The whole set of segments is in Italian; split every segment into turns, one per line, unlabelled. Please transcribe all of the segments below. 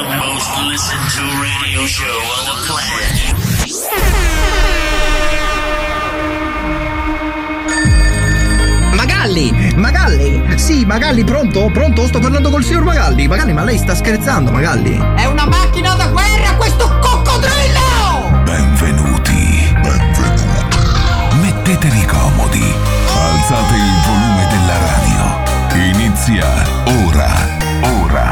most listened to radio show on the planet.
Magalli! Magalli! Sì, Magalli, pronto? Pronto? Sto parlando col signor Magalli! Magalli, ma lei sta scherzando, Magalli!
È una macchina da guerra questo coccodrillo!
Benvenuti. Benvenuti. Mettetevi comodi. Alzate il volume della radio. Inizia ora. Ora.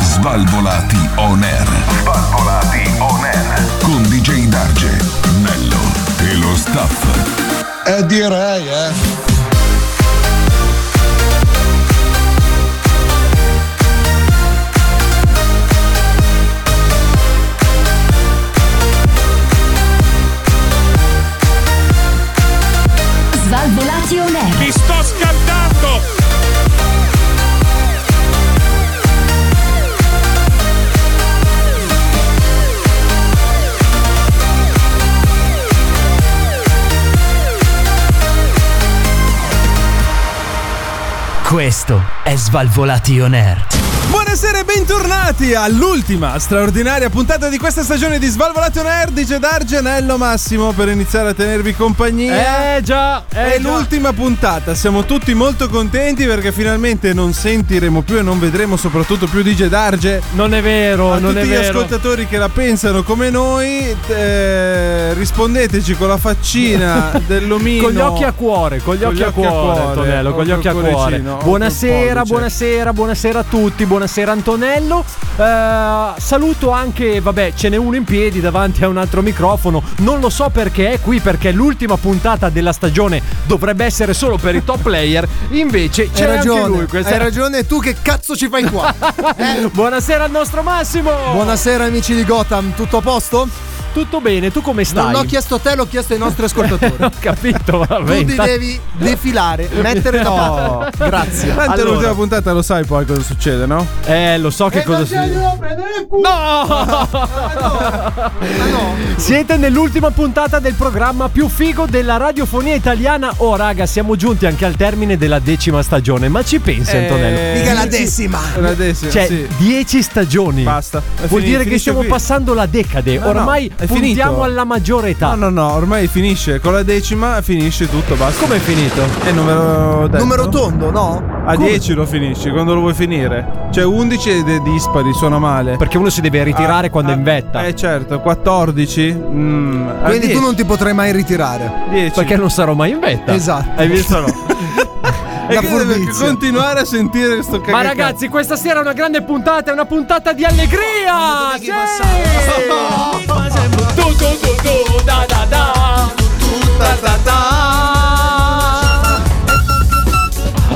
Svalvolati on air. Svalvolati on air. Con DJ Darge, Nello e lo staff.
Eh direi, eh.
Svalvolati on air.
Mi sto scaldando!
Questo è Svalvolati On Air.
Buonasera e bentornati all'ultima straordinaria puntata di questa stagione di Svalvolati on Air di Gedar Genello Massimo per iniziare a tenervi compagnia.
Eh già,
È l'ultima puntata, siamo tutti molto contenti perché finalmente non sentiremo più e non vedremo soprattutto più di Gedarge.
Non è vero,
A
non
tutti
è
gli
vero.
ascoltatori che la pensano come noi, eh, rispondeteci con la faccina dell'omino.
Con gli occhi a cuore, con gli occhi a cuore, Antonello, con gli
col
occhi a cuore.
cuoricino, col
Buonasera,
pollice.
buonasera, buonasera a tutti, buonasera Antonello. Eh, saluto anche, vabbè, ce n'è uno in piedi davanti a un altro microfono. Non lo so perché è qui, perché l'ultima puntata della stagione dovrebbe essere solo per i top player. Invece c'è anche lui. Questa...
hai ragione, tu che cazzo ci fai qua?
Eh?
Buonasera al nostro Massimo.
Buonasera amici di Gotham, tutto a posto?
Tutto bene, tu come stai?
Non l'ho chiesto a te, l'ho chiesto ai nostri ascoltatori.
Ho capito, va
tu
bene.
ti devi defilare, mettere da parte. Grazie.
Tanto
Allora.
l'ultima puntata lo sai poi cosa succede, no?
Eh, lo so che cosa si. No! Siete nell'ultima puntata del programma più figo della radiofonia italiana. Oh, raga, siamo giunti anche al termine della decima stagione. Ma ci pensi, Antonello?
Mica
la decima.
La decima,
Cioè,
Eh, sì.
10 stagioni.
Basta. È
Vuol
fini-
dire che
finisce
stiamo
qui.
passando la decade.
No,
Ormai
no, è
puntiamo
finito.
alla maggiore età.
No, no, no, ormai finisce. Con la decima finisce tutto, basta.
Come è finito?
E numero detto?
Numero tondo, no?
A 10 lo finisci, quando lo vuoi finire. Cioè 11 è de- dispari, suona male.
Perché uno si deve ritirare
Ah,
quando
ah,
è in vetta.
Eh certo, 14. mm, a
Quindi tu
10,
non ti potrai mai ritirare.
10.
perché non sarò mai in vetta.
Esatto.
Hai visto? No?
E
la
quindi devo
furbizia.
continuare a sentire questo cacchio.
Ma ragazzi, questa sera è una grande puntata, è una puntata di allegria! Sì! Du, du, du, du, da, da, da.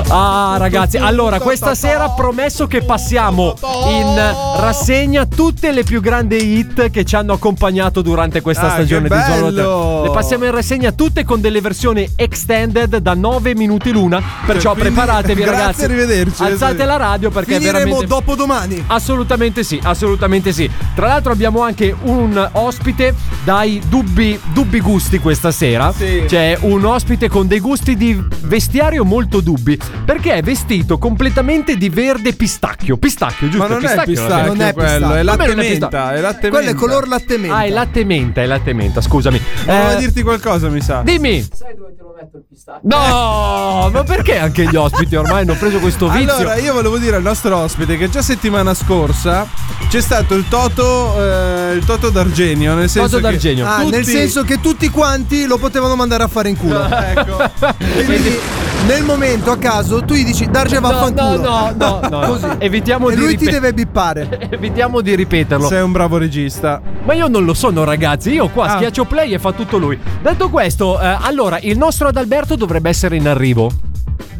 Ah ragazzi, allora questa sera promesso che passiamo in rassegna tutte le più grandi hit che ci hanno accompagnato durante questa
Ah,
stagione
che
di Zona
bello!
Le passiamo in rassegna tutte con delle versioni extended da 9 minuti l'una, perciò
Quindi,
preparatevi
grazie,
ragazzi.
arrivederci. eh,
Alzate la radio perché è
Finiremo
veramente
dopo domani.
Assolutamente sì, assolutamente sì. Tra l'altro abbiamo anche un ospite dai dubbi, dubbi gusti questa sera.
Sì.
C'è un ospite con dei gusti di vestiario molto dubbi, perché è vestito completamente di verde pistacchio. Pistacchio, giusto?
Ma non è
pistacchio,
pistacchio,
ragazzi.
Non è
quello,
pistacchio.
è
Come
latte
non è
menta,
pistacchio?
è latte
Quello è
menta.
color latte menta.
Ah, è latte menta, è latte menta, scusami.
Volevo
Eh,
dirti qualcosa, mi sa.
Dimmi. Sai dove te lo metto il pistacchio? No, ma perché anche gli ospiti ormai hanno preso questo vizio?
Allora, io volevo dire al nostro ospite che già settimana scorsa c'è stato il Toto, eh, il Toto d'Argenio. Nel senso
Toto
che
d'Argenio.
Ah,
tutti-
nel senso che tutti quanti lo potevano mandare a fare in culo.
Ecco.
Quindi nel momento a caso tu gli dici Darge
No,
vaffanculo.
no, no, no, no. Evitiamo
E
di
lui ti
ripet-
deve bippare.
Evitiamo di ripeterlo.
Sei un bravo regista.
Ma io non lo sono, ragazzi. Io qua
Ah.
schiaccio play e fa tutto lui. Detto questo, eh, allora il nostro Adalberto dovrebbe essere in arrivo.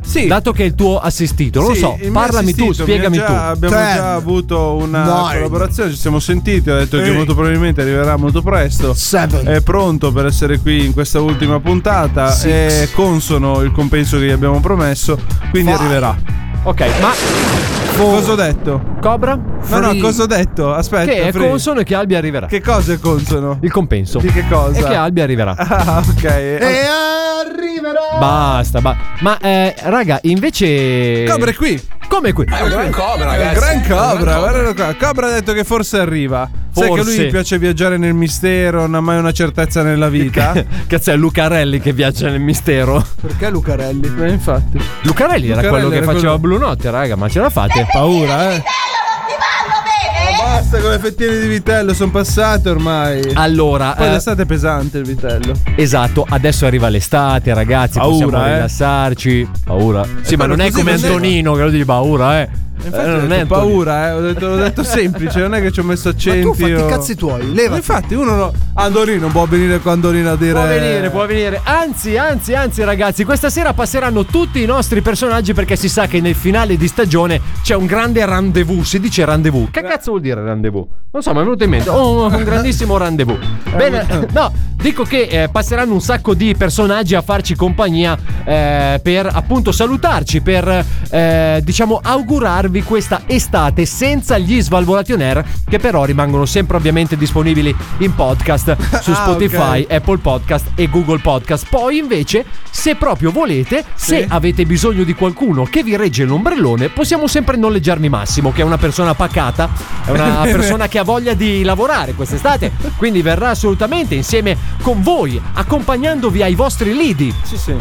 Sì.
Dato che è il tuo assistito, non lo
Sì,
so,
il mio
parlami tu,
assistito mi ha
spiegami
già-
tu.
Abbiamo
Cioè-
già avuto una
Dai.
collaborazione, ci siamo sentiti, ho detto che
Ehi.
molto probabilmente arriverà molto presto.
Eh,
Seven.
È pronto per essere qui in questa ultima puntata.
Six.
È consono il compenso che gli abbiamo promesso, quindi
Five.
arriverà.
Ok, ma
Cosa ho detto?
Cobra?
No, no,
Free.
cosa ho detto? Aspetta.
Che è
free.
consono e che Albi arriverà.
Che cosa è consono?
Il compenso.
Di che cosa?
E che Albi arriverà.
Ah, ok.
E arriverà.
Basta, ba- ma eh, raga, invece
Cobra è qui.
Cobra come qui?
È un gran cobra,
È un
ragazzi.
gran cobra,
È un gran
guardalo qua. Cobra ha detto che forse arriva. Sai che
Forse.
a lui piace viaggiare nel mistero, non ha mai una certezza nella vita.
Cazzo, è Lucarelli che viaggia nel mistero.
Perché Lucarelli?
Eh, infatti.
Lucarelli, era
Lucarelli
quello che
era
faceva
quello-
Blu Notte, raga, ma ce la fate?
Paura, eh.
ti vanno bene?
Basta con le fettine di vitello, sono passate ormai.
Allora,
Poi
eh,
l'estate è pesante il vitello.
esatto, adesso arriva l'estate, ragazzi, possiamo
Paura, eh.
rilassarci. Paura. Sì, ma
quello
non è
così
come
vendeva.
Antonino che lo dici paura, eh.
Infatti
Eh,
ho
non
detto
è Antonino.
paura, eh. Ho detto, l'ho detto semplice, non è che ci ho messo accenti.
Tu fatti
o-
i cazzi tuoi, leva.
Infatti, uno. No... Andorino può venire qua Andorino a dire.
Può venire, può venire. Anzi, anzi, anzi, ragazzi, questa sera passeranno tutti i nostri personaggi perché si sa che nel finale di stagione c'è un grande rendezvous. Si dice rendezvous. Che cazzo vuol dire rendezvous? Non so, mi è venuto in mente. Oh, un grandissimo rendezvous. Bene, no, dico che eh, passeranno un sacco di personaggi a farci compagnia eh, per appunto salutarci, per eh, diciamo augurarvi questa estate senza gli Svalvolati on Air, che però rimangono sempre ovviamente disponibili in podcast su
Ah,
Spotify.
ok.
Apple Podcast e Google Podcast. Poi invece, se proprio volete, se avete bisogno di qualcuno che vi regge l'ombrellone, possiamo sempre noleggiarmi Massimo, che è una persona pacata, è una persona che ha voglia di lavorare quest'estate, quindi verrà assolutamente insieme con voi, accompagnandovi ai vostri lidi.
Sì, sì.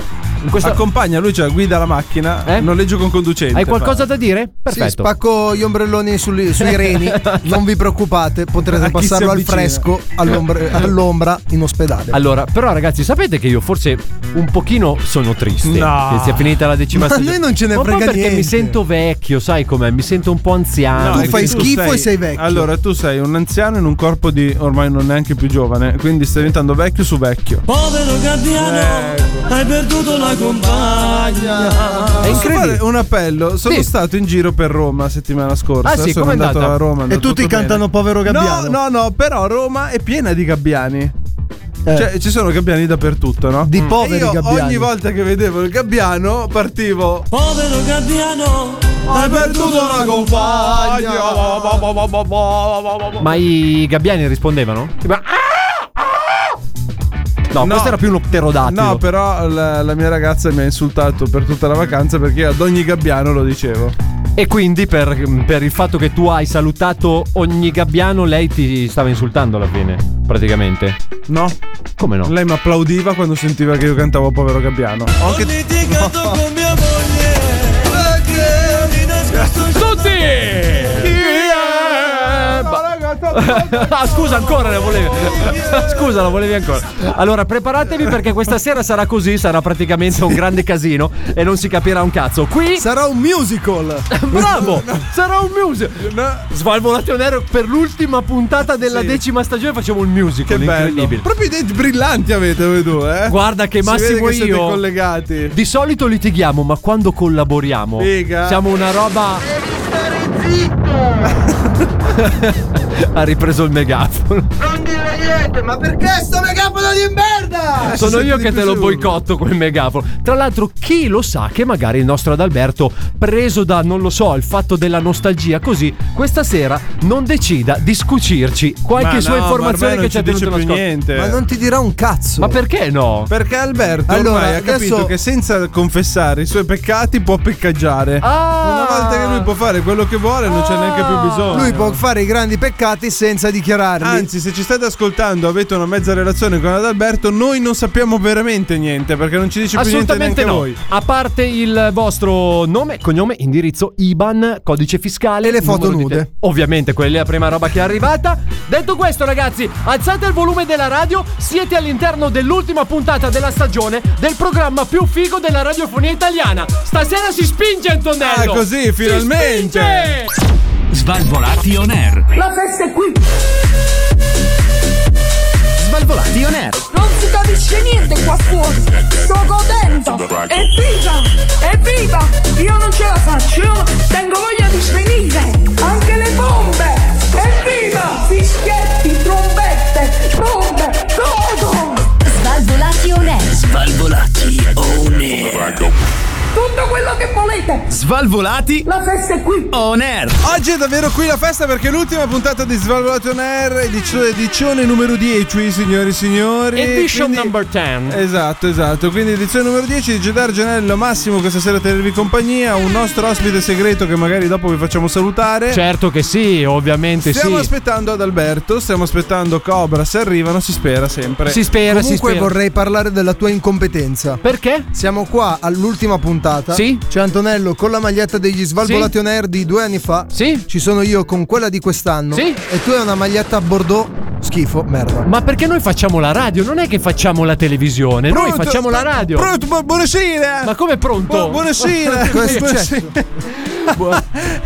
In questa-
Accompagna, lui cioè, guida la macchina,
Eh?
noleggio con conducente.
Hai qualcosa da dire?
Sì,
Perfetto.
spacco gli ombrelloni sugli- sui reni. Non vi preoccupate,
A
potrete
chi
passarlo
si
al
avvicina?
fresco, all'ombre- all'ombra, in ospedale.
Ah,
Allora, però ragazzi, sapete che io forse un pochino sono triste
No.
che sia finita la decima
Ma a
stagione.
noi non ce ne
Ma un po'
frega
perché
niente.
mi sento vecchio, sai com'è? Mi sento un po' anziano.
Tu
è che
fai schifo e sei vecchio.
Allora, tu sei un anziano in un corpo di ormai non neanche più giovane, quindi stai diventando vecchio su vecchio.
Povero gabbiano, hai perduto la compagna.
È
Posso
incredibile.
fare un appello. Sono
Sì.
stato in giro per Roma settimana scorsa.
Ah, sì?
sono
Com'è
andato
andata?
a Roma. è
e
andato
tutti
tutto bene.
cantano povero gabbiano.
No, no, no, però Roma è piena di gabbiani. Cioè, ci sono gabbiani dappertutto, no?
Eh. Di
Mm.
poveri
E io
gabbiani.
Ogni volta che vedevo il gabbiano partivo.
Povero gabbiano,
Hai perduto la compagna.
Ma i gabbiani rispondevano? Tipo, "Ah, ah!" No,
No.
questo era più un pterodattilo.
No, però la, la mia ragazza mi ha insultato per tutta la vacanza perché io ad ogni gabbiano lo dicevo.
E quindi per, per il fatto che tu hai salutato ogni gabbiano, lei ti stava insultando alla fine, praticamente.
No?
Come no?
Lei mi applaudiva quando sentiva che io cantavo Povero Gabbiano. Ho anche
litigato con mia moglie. Di nascosto
Tutti!
Eh,
Ah, scusa ancora la volevi. Scusa, la volevi ancora. Allora, preparatevi perché questa sera sarà così, sarà praticamente un grande casino e non si capirà un cazzo. Qui
Sarà un musical.
Bravo! Sarà un musical! Svalvolate on air per l'ultima puntata della
Sì.
decima stagione facciamo un musical
Che bello.
incredibile.
Proprio i denti brillanti avete voi due, eh?
Guarda che
Si vede
Massimo
che
e
siete
io
collegati.
di solito litighiamo, ma quando collaboriamo
Figa.
siamo una roba ha ripreso il megafono. Eh, Sono io che te lo boicotto quel megafono. Tra l'altro, chi lo sa che magari il nostro Adalberto, preso da, non lo so, il fatto della nostalgia, così, questa sera non decida di scucirci qualche
Ma
sua
no, ma ormai
informazione
non
che ci ha
dice
tenuto
più
nascosta.
niente.
Ma non ti dirà un
Esatto.
cazzo.
Ma perché no?
Perché Alberto
Allora,
ormai ha
adesso-
capito che senza confessare i suoi peccati può peccaggiare.
Ah!
Una volta che lui può fare quello che vuole, non c'è neanche più bisogno.
Lui può fare i grandi peccati senza dichiararli.
Anzi, se ci state ascoltando, avete una mezza relazione con Adalberto, noi non sappiamo veramente niente perché non ci dice più niente neanche
Assolutamente no.
voi.
A parte il vostro nome, cognome, indirizzo, IBAN, codice fiscale
E le foto
numero di
nude.
te- Ovviamente, quella è la prima roba che è arrivata. Detto questo, ragazzi, alzate il volume della radio. Siete all'interno dell'ultima puntata della stagione del programma più figo della radiofonia italiana. Stasera si spinge Antonello.
Ah, così,
Si
finalmente.
spinge!
Svalvolati on air.
La festa è qui!
Svalvolati on air.
Non si capisce niente qua fuori! Sto godendo! Evviva! Evviva! Io non ce la faccio! Io tengo voglia di svenire! Anche le bombe! Evviva! Fischietti, trombette, bombe! Godo!
Svalvolati on air.
Svalvolati on air.
Tutto quello che volete! niente.
Svalvolati.
La festa è qui.
On air.
Oggi è davvero qui la festa perché è l'ultima puntata di Svalvolato on Air, edicio- edizione numero 10, signori e signori.
Edition
Quindi-
number 10.
Esatto, esatto. Quindi edizione numero 10 di Gedar Genello Massimo questa sera a tenervi compagnia, un nostro ospite segreto che magari dopo vi facciamo salutare.
Certo che sì, ovviamente
Stiamo
sì.
aspettando ad Alberto, stiamo aspettando Cobra, se arrivano si spera sempre.
si spera, si
Comunque
spera.
vorrei parlare della tua incompetenza.
Perché?
Siamo qua all'ultima puntata.
Sì.
C'è Antonello con la maglietta degli Svalvolati
Sì.
on Air di due anni fa.
Sì.
Ci sono io con quella di quest'anno.
Sì.
E tu hai una maglietta Bordeaux. Schifo, merda.
Ma perché noi facciamo la radio? Non è che facciamo la televisione, noi
Pronto?
facciamo la radio.
Pronto, bu- buonasera!
Ma come pronto?
Bu- buonasera!
Cosa è successo?
buonasera!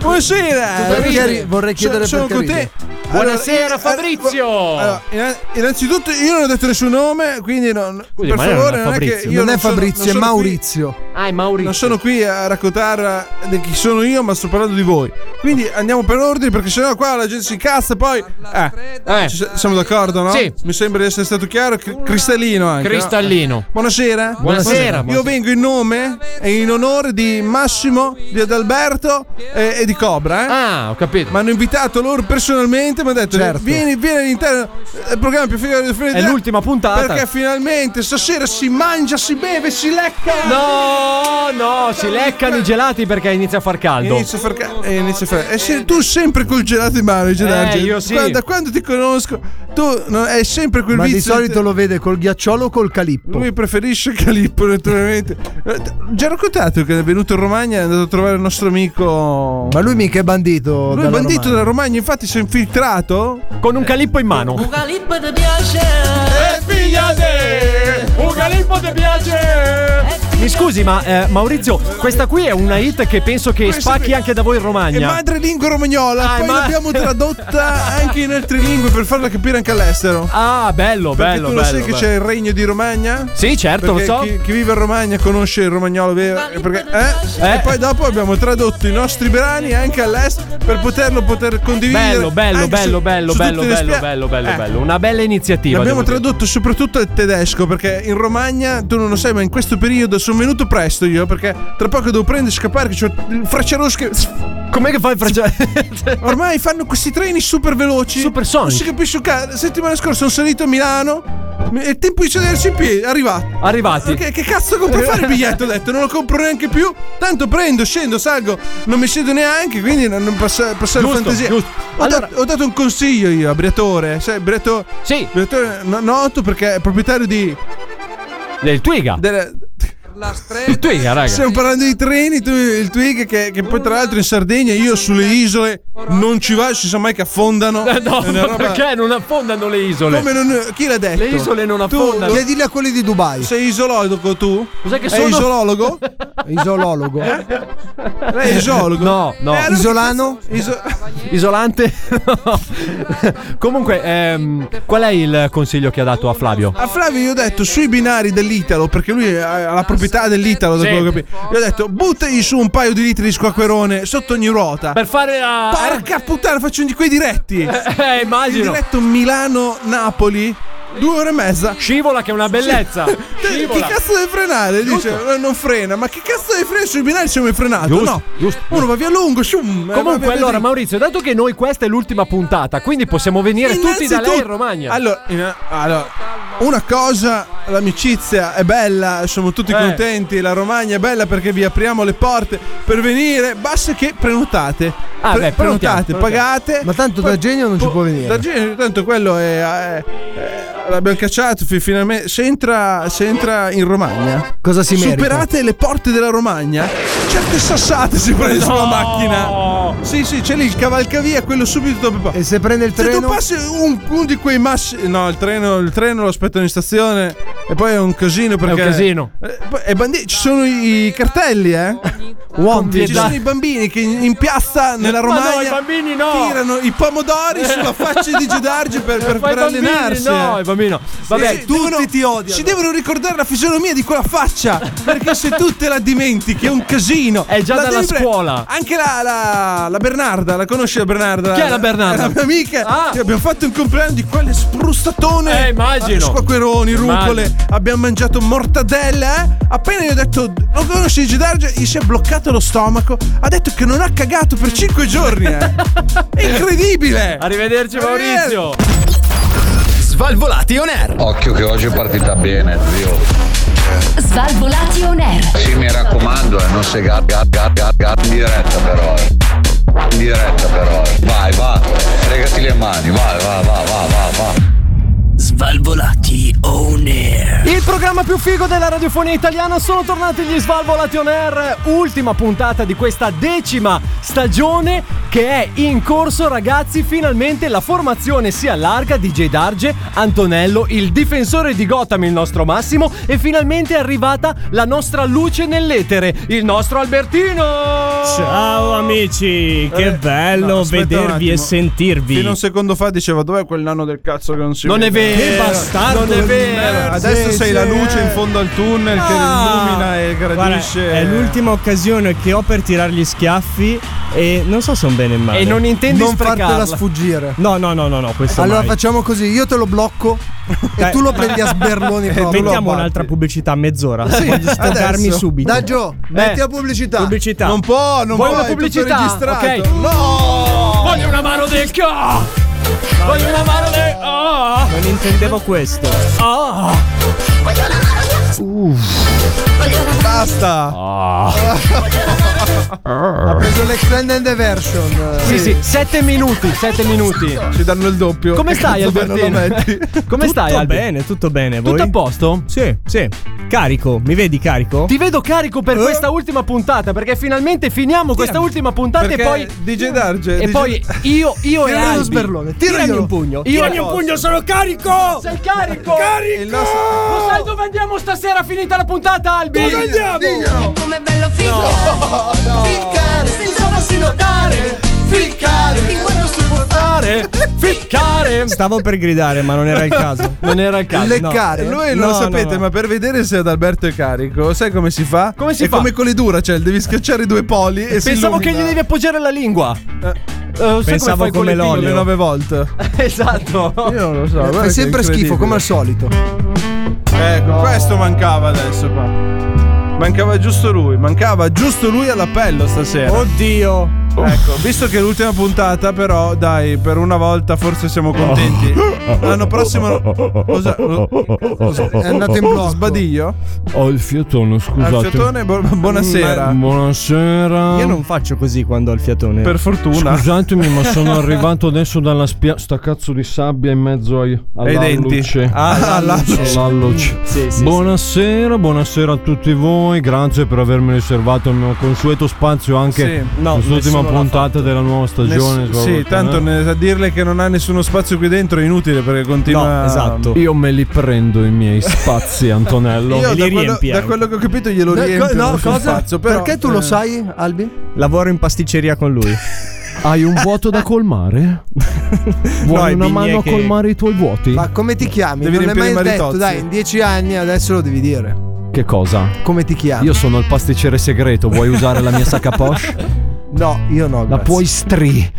buonasera!
Vorrei chiari- vorrei chiedere
sono,
perché
sono con
ridi.
te.
Buonasera,
io-
Fabrizio.
eh, allora, inna- innanzitutto io non ho detto nessun nome, quindi non,
Quindi,
per
ma non è
favore non è che
Fabrizio.
io
non è
sono-
Fabrizio,
non
è
sono qui-
Maurizio.
Ah, è Maurizio.
non sono qui a raccontare eh, di chi sono io, ma sto parlando di voi. Quindi andiamo per ordine perché sennò qua la gente si incazza. Poi eh,
Eh,
ci- siamo d'accordo, no?
Sì.
Mi sembra di essere stato chiaro. cri- cristallino anche. no?
cristallino.
Buonasera.
Buonasera.
Io vengo in nome e in onore di Massimo, di Adalberto e, e di Cobra. Eh?
Ah, ho capito.
Mi hanno invitato loro personalmente, mi hanno detto
Certo.
vieni, vieni all'interno del programma più figo del
È l'ultima puntata.
Perché finalmente stasera si mangia, si beve, si lecca.
No, no, si leccano i gelati perché inizia a far caldo.
Cioè, Inizio a far ca- eh, inizio a far- eh, se- tu sempre col gelato in mano, Gerardo.
io sì.
Guarda, Da quando ti conosco, tu non- hai sempre quel
Ma
vizio.
di solito lo vede col ghiacciolo o col calippo.
Lui preferisce Calippo, naturalmente. Eh, t- Già raccontato che è venuto in Romagna e è andato a trovare il nostro amico.
Ma lui mica è bandito.
Lui è
dalla
bandito
Romagna.
dalla Romagna, infatti si è infiltrato.
Con un calippo in mano.
Galippo ti piace
Un calippo ti piace! Mi scusi, ma eh, Maurizio, questa qui è una hit che penso che
Questa
spacchi
qui-
anche da voi in
È
Romagna.
madrelingua romagnola.
Ah,
poi
ma-
l'abbiamo tradotta anche in altre lingue per farla capire anche all'estero.
Ah, bello,
Perché
bello,
tu lo
bello,
sai che
bello.
c'è il regno di Romagna?
Sì, certo,
Perché
lo so.
chi, chi vive in Romagna conosce il romagnolo vero. eh, perché- eh?
Eh.
E poi dopo abbiamo tradotto i nostri brani anche all'estero per poterlo poter condividere.
Bello, bello,
anche su-
bello, bello,
Ah, su
bello,
tutte le
bello,
spia-
bello, bello,
Eh,
bello. Una bella iniziativa.
L'abbiamo
devo dire.
tradotto soprattutto al tedesco perché in Romagna, tu non lo sai, ma in questo periodo sono venuto presto io perché tra poco devo prendere e scappare che c'ho il fracciarosco che...
Com'è che fai il francese?
Ormai fanno questi treni super veloci.
Supersonic.
Non si capisce un cazzo. Settimana scorsa sono salito a Milano e il tempo di sedersi in piedi è arrivato.
Arrivati.
Perché che cazzo compro a fare il biglietto? Ho detto, non lo compro neanche più. Tanto prendo, scendo, salgo, non mi siedo neanche, quindi non, non passa- passare
Giusto,
fantasia.
giusto.
Ho,
Allora-
dat- ho dato un consiglio io a Briatore, sai, Briatore,
Sì,
Briatore no- noto perché è proprietario di...
del Twiga.
della-
Il Twiga, raga.
Stiamo parlando di treni, tu- il Twig che, che poi tra l'altro in Sardegna io sulle isole non ci vado, si sa mai che affondano.
Eh, No,
È una
ma
roba-
perché non affondano le isole?
Come non- chi l'ha detto?
Le isole non
Tu-
affondano.
le-
Chiedili a quelli di Dubai.
Sei isologo tu?
Cos'è che
Sei
sono?
isolologo?
Isolologo.
Lei è isologo?
No, no.
Eh, allora-
Isolano?
Iso-
Isolante? No. Comunque, ehm, qual è il consiglio che ha dato a Flavio?
A Flavio gli ho detto sui binari dell'Italo, perché lui ha ha la proprietà dell'Italo, da
Sì.
quello che ho capito. Gli ho detto buttagli su un paio di litri di squacquerone sotto ogni ruota.
Per fare la...
Porca puttana, faccio di quei diretti.
Eh,
Il
immagino.
diretto Milano-Napoli, due ore e mezza.
Scivola che è una bellezza.
Cioè, Chi
Scivola.
cazzo deve frenare? Dice, "Eh, non frena, ma che cazzo deve frenare sui binari siamo frenato?
Giusto,
no,
giusto.
uno va via lungo, shum, eh, va
Comunque,
via
allora,
dritto.
Maurizio, dato che noi questa è l'ultima puntata, quindi possiamo venire tutti da lei in Romagna.
Allora, in- allora, una cosa, l'amicizia è bella, siamo tutti
Eh.
contenti, la Romagna è bella perché vi apriamo le porte per venire, basta che prenotate.
Ah, beh, prenotiamo,
prenotate,
prenotiamo.
pagate.
Ma tanto da genio non ci può venire.
Da genere, tanto quello è, è- è- l'abbiamo cacciato fi- finalmente. Se entra, se entra in Romagna,
Cosa si merita?
superate le porte della Romagna, certe sassate si prende sulla macchina. Sì, sì, c'è lì il cavalcavia, quello subito dopo.
E se prende il
Se tu
treno.
passi un, un di quei massi. No, il treno, il treno lo aspettano in stazione. E poi è un casino perché.
casino.
Eh, poi- e bandi- ci sono i i cartelli, eh?
Wanted.
Ci sono i bambini che in, in piazza nella
Ma no,
Romagna.
i bambini no.
Tirano i pomodori sulla faccia di Gedarge per, per,
Ma i
per
bambini
allenarsi.
No,
eh.
il bambino. Vabbè,
Sì, devono- Si devono ricordare la fisionomia di quella faccia. Perché se tu te la dimentichi è un casino.
È già
La
dalla
devi pre-
scuola.
Anche la, la- la Bernarda, la conosci la Bernarda?
Chi è la Bernarda?
È la mia amica.
Ah.
Che abbiamo fatto un compleanno di quelle sprustatone. Ah,
Eh, immagino.
Squacqueroni,
Immagino.
rucole. abbiamo mangiato mortadella. eh. Appena io ho detto non conosci Gigi D'Arge, gli si è bloccato lo stomaco. Ha detto che non ha cagato per 5 giorni. eh. È incredibile.
Arrivederci Maurizio.
Svalvolati on air.
Occhio che oggi è partita bene, zio.
Svalvolati on air.
Sì, mi raccomando, eh, non se gat, gat, gat, gat, gat, in diretta però. eh. In diretta però. eh. Vai, va, fregati le mani, vai, va, va, va, va, va.
Svalvolati on air.
Il programma più figo della radiofonia italiana sono tornati gli Svalvolati on Air, ultima puntata di questa decima stagione che è in corso ragazzi, finalmente la formazione si allarga, DJ Darge, Antonello, il difensore di Gotham, il nostro Massimo e finalmente è arrivata la nostra luce nell'etere, il nostro Albertino!
Ciao amici, che
Eh,
bello
no, aspetta un
vedervi
attimo.
e sentirvi.
Fino a un secondo fa diceva dov'è quel nano del cazzo che non si
Non è
vede?"
vero, Che bastardo non è del vero. merda.
Adesso
Sì,
sei
sì,
la luce
eh.
in fondo al tunnel che
Ah.
illumina e gradisce.
Guarda, è l'ultima occasione che ho per tirargli schiaffi e non so se è un bene o un male.
E non intendi
Non
sprecarla.
fartela sfuggire. No, no, no, no, no questo
Allora
mai.
facciamo così, io te lo blocco e
Dai.
tu lo prendi a sberloni
Eh,
proprio.
Mettiamo un'altra pubblicità a mezz'ora.
Sì,
Voglio staccarmi
adesso.
subito. Eh.
Dai, Gio, metti la pubblicità.
Pubblicità.
Non può, non
Voglio
può,
una
è tutto
pubblicità.
registrato.
ok.
No!
Voglio una mano del ca. Voglio una mano del. Oh. Non intendevo questo. Oh.
Basta.
Ah.
Ha preso l'extended version.
Sì, sì, 7 minuti, 7 minuti.
Ci danno il doppio.
Come stai Albertino? Come stai
Tutto
Albi?
bene, tutto bene. Voi?
Tutto a posto?
Sì, sì. Carico, mi vedi carico?
Ti vedo carico
Eh?
per questa ultima puntata perché finalmente finiamo questa ultima puntata
Perché
e poi
DJ Darge
e
DJ
poi io io e
Tirami uno
Albi
sberlone,
tirami un pugno. Io
Tirami un pugno, sono carico!
Sei carico!
Carico! Il nostro-
Lo sai dove andiamo stasera finita la puntata Albi?
Dove andiamo?
Come bello ficcare, ficcare senza farsi notare, ficcare in quello
supportare, ficcare.
Stavo per gridare, ma non era il caso.
Non era il caso.
Leccare. Lui non lo sapete, ma per vedere se ad Alberto è carico, sai come si fa?
Come si
è
fa?
come con le dura, cioè devi schiacciare i due poli e si
Pensavo che gli
illumina.
devi appoggiare la lingua. Eh, sai
Pensavo
fai con
come
le pinne?
l'olio. Le nove volte.
esatto.
Io non lo so. guarda
Fai
che
sempre schifo,
incredibile.
come al solito.
Ecco, questo mancava adesso qua. Mancava giusto lui, mancava giusto lui all'appello stasera.
Oddio.
Ecco, visto che è l'ultima puntata, però, dai, per una volta forse siamo contenti. L'anno prossimo. Cosa? cosa-
È andato in blocco.
Sbadiglio?
Ho il fiatone, scusate.
Alfiatone, bu- buonasera.
Esatto. Mm, Buonasera.
Io non faccio così quando ho il fiatone.
Per fortuna.
Scusatemi, ma sono arrivato adesso dalla spia. Sta cazzo di sabbia in mezzo ai alla
Ai denti.
luce.
Ah, alla luce.
Alla luce.
Sì, sì,
buonasera, buonasera a tutti voi. Grazie per avermi riservato il mio consueto spazio anche
Sì.
in
No,
quest'ultima
nessuno l'ha
puntata della nuova stagione.
Ness- sì, tanto
eh?
ne- a dirle che non ha nessuno spazio qui dentro è inutile perché continua. Boh.
No, esatto.
Io me li prendo i miei spazi, Antonello.
Io
E
da
li
quello,
riempi
da
anche.
quello che ho capito glielo
Eh,
riempio
co- no,
il suo
cosa?
spazio, però,
Perché tu lo
eh,
sai, Albi?
Lavoro in pasticceria con lui.
Hai un vuoto da colmare? Vuoi
i
una
bimbi
mano a
che-
colmare i tuoi vuoti?
Ma come ti chiami?
Devi
non l'hai mai
riempire i
detto,
maritozzi.
dai, in dieci anni adesso lo devi dire.
Che cosa?
Come ti chiami?
Io sono il pasticcere segreto, vuoi usare la mia sacca poche?
No, io no.
La
grazie.
puoi stri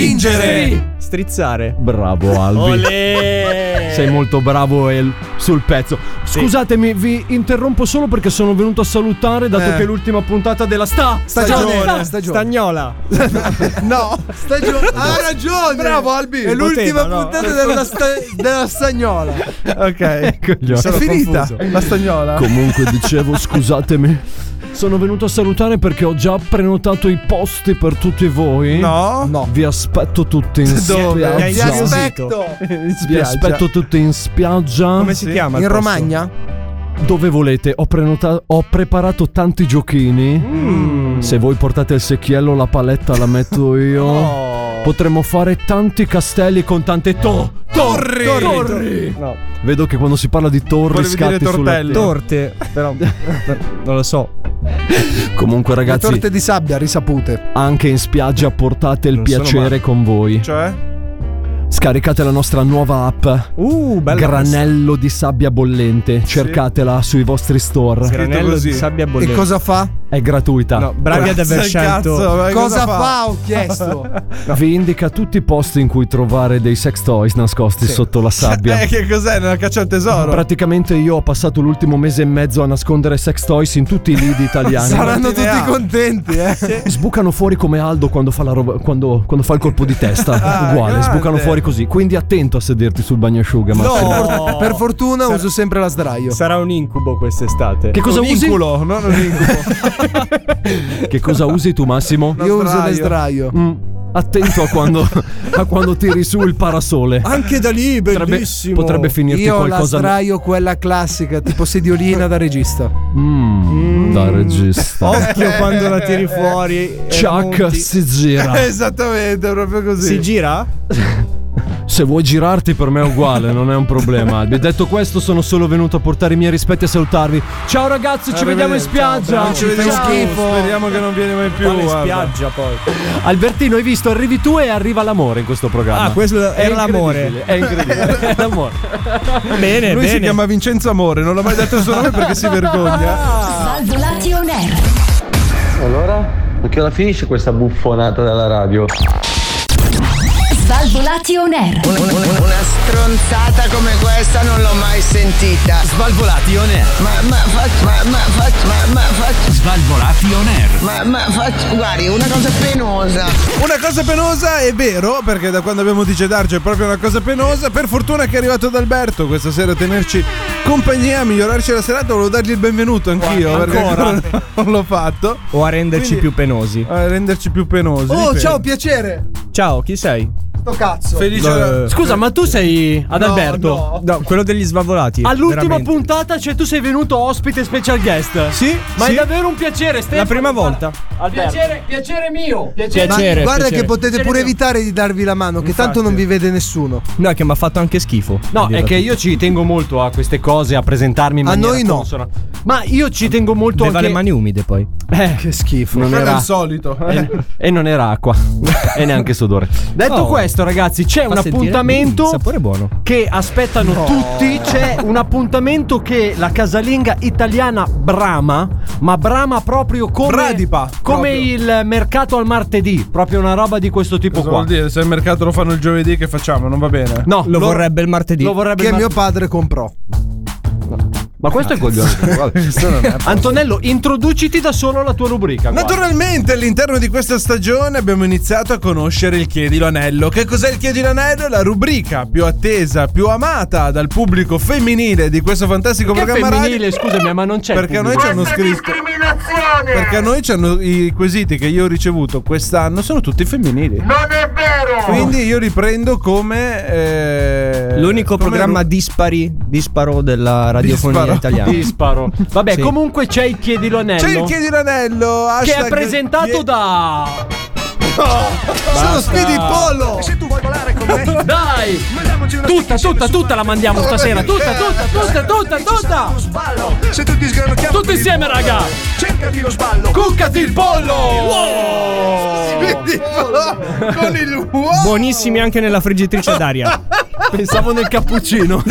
stringere.
Strizzare.
Bravo Albi.
Olè!
Sei molto bravo e l- sul pezzo. Scusatemi, vi interrompo solo perché sono venuto a salutare dato
Eh.
che è l'ultima puntata della sta
Stagione,
sta-
stagione.
Stagnola.
No, stagione. Ha ragione. Bravo Albi. È l'ultima
Poteva, no?
puntata della, sta- della stagnola.
Ok.
Coglione.
È finita la stagnola.
Comunque dicevo, scusatemi. Sono venuto a salutare perché ho già prenotato i posti per tutti voi.
No.
No.
Vi aspetto tutti in
Dove?
spiaggia.
Dai,
Ti
Esatto.
aspetto.
Vi aspetto tutti in spiaggia.
Come si chiama? il
In
posto?
Romagna?
Dove volete? Ho, prenota- ho preparato tanti giochini. Se voi portate il secchiello, la paletta la metto io. Potremmo fare tanti castelli con tante to- torri.
Torri.
No.
Vedo che quando si parla di torri
Volevi
scatti
dire
sulla
tortello.
Tor-
Torte. Però. non lo so.
Comunque,
Le
ragazzi,
torte di sabbia risapute.
anche in spiaggia portate il
Non sono
piacere con voi.
Cioè?
Scaricate la nostra nuova app.
Uh, bello.
Granello di sabbia bollente. Cercatela sui vostri store.
Granello
così.
di sabbia
E
bollente.
cosa fa?
è gratuita.
No, bravi ad aver scelto.
cosa, fa? Ho chiesto.
Vi indica tutti i posti in cui trovare dei sex toys nascosti sotto la sabbia.
Eh, che cos'è? Una caccia al tesoro?
Praticamente io ho passato l'ultimo mese e mezzo a nascondere sex toys in tutti i lidi italiani.
Saranno tutti
ah.
ah.
contenti, eh.
Sbucano fuori come Aldo quando fa, la roba, quando, quando fa il colpo di testa.
Ah,
Uguale,
grande.
sbucano fuori così. Quindi attento a sederti sul bagnasciuga.
No,
Massimo.
per, for- per fortuna uso sempre la sdraio.
Sarà un incubo quest'estate.
Che cosa
un
usi?
Inculo, non un incubo.
Che cosa usi tu, Massimo?
Io uso le sdraio.
Mm, attento a quando, a quando tiri su il parasole.
Anche da lì,
Potrebbe-
bellissimo.
potrebbe finirti
Io ho la
qualcosa-
sdraio quella classica, tipo sediolina da regista.
Mm, Da
Oh,
regista.
Occhio quando la tiri fuori. e
Chuck
monti.
si gira.
Eh.
Esattamente, proprio così.
Si gira?
Se vuoi girarti per me è uguale, non è un problema. Albi. Detto questo, sono solo venuto a portare i miei rispetti e a salutarvi. Ciao ragazzi, ci vediamo in spiaggia.
Non ci vediamo
Ciao.
più, Speriamo che non vieni mai più.
Quale
guarda.
spiaggia poi?
Albertino, hai visto? Arrivi tu e arriva l'amore in questo programma.
Ah, questo
È
era l'amore.
incredibile, È incredibile. È l'amore.
Bene,
Lui
bene.
si chiama Vincenzo Amore, non l'ho mai detto il suo nome perché si vergogna.
Svalvolati on air.
Allora, a che ora finisce questa buffonata della radio?
Svalvolati on air.
Una stronzata come questa non l'ho mai sentita.
Svalvolati on air.
Ma, ma, fac- ma, ma, fac- ma, ma, fac-
Svalvolati on air.
ma, ma, fac- guardi, una cosa penosa.
Una cosa penosa è vero, perché da quando abbiamo DJ Darge è proprio una cosa penosa. Per fortuna che è arrivato ad Alberto questa sera a tenerci compagnia, a migliorarci la serata. Volevo dargli il benvenuto anch'io,
Guarda,
perché
ancora?
ancora non l'ho fatto.
O a renderci
Quindi-
più penosi.
A renderci più penosi.
Oh,
dipende.
ciao, piacere.
Ciao, chi sei?
Sto cazzo.
Felice.
Eh,
Scusa, ma tu sei ad Alberto?
No, quello degli svalvolati.
All'ultima
veramente.
puntata, cioè tu sei venuto ospite special guest.
Sì,
Ma
sì.
è davvero un piacere, Stefano.
La prima volta.
Piacere, piacere mio.
Ma
Piacere.
guarda
piacere.
che potete pure evitare di darvi la mano, che tanto non vi vede nessuno.
No, è che mi ha fatto anche schifo.
No,
Dirla
è che
tutta.
io ci tengo molto a queste cose, a presentarmi in
A
maniera
noi no.
consona. Ma io ci tengo molto
Aveva
anche
le mani umide poi.
Eh, che schifo, non
Guarda
era
il solito.
e, e non era acqua e neanche sudore. Detto
Oh.
questo, ragazzi, c'è un
Fa sentire-
appuntamento
Mm, sapore Oh. buono.
che aspettano tutti. C'è un appuntamento che la casalinga italiana brama, ma brama proprio come,
Bradipa,
come
proprio.
il mercato al martedì, proprio una roba di questo tipo
Cosa
qua.
vuol dire? Se il mercato lo fanno il giovedì, che facciamo? Non va bene.
No,
Lo vorrebbe il martedì.
lo vorrebbe
Che
il
mio
mart-
padre comprò.
Ma questo è il coglione.
Questo non è
Antonello, introduciti da solo alla tua rubrica. guarda.
Naturalmente all'interno di questa stagione abbiamo iniziato a conoscere il Chiedilo Anello. Che cos'è il Chiedilo Anello? La rubrica più attesa, più amata dal pubblico femminile di questo fantastico
Che
programma
femminile,
radio.
scusami, ma non c'è. il
Perché a noi
pubblico.
ci hanno scritto
Eh.
Perché a noi ci hanno i quesiti che io ho ricevuto quest'anno sono tutti femminili.
Non è vero!
Quindi io riprendo come eh,
L'unico
come
programma
ru-
dispari, disparo della radiofonia
Disparo.
italiana.
Disparo. Vabbè,
Sì.
comunque c'è il chiedilo anello.
C'è il Chiedilo Anello
che
hashtag
è presentato
chie-
da.
Sono Speedy Pollo.
Dai! Tutta, tutta, tutta la mandiamo stasera! Tutta, tutta, tutta, tutta, tutta! Tutti insieme, raga! Cuccati il pollo!
con il uomo.
Buonissimi anche nella friggitrice d'aria.
Pensavo nel cappuccino.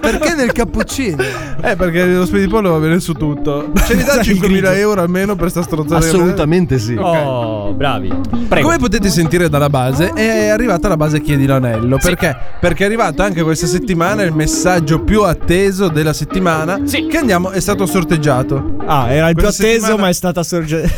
Perché nel cappuccino?
Eh, perché lo spedipollo va bene su tutto.
Cioè,
Ce ne dà 5.000 euro almeno per sta strozzata. che-
sì.
Oh, bravi. Prego.
Come potete sentire dalla base, è arrivata la base Chiedi l'anello. Perché? Perché è arrivato anche questa settimana il messaggio più atteso della settimana.
Sì.
Che andiamo, è stato sorteggiato.
Ah, era il più
Questa
atteso,
settimana-
ma è stata sorge.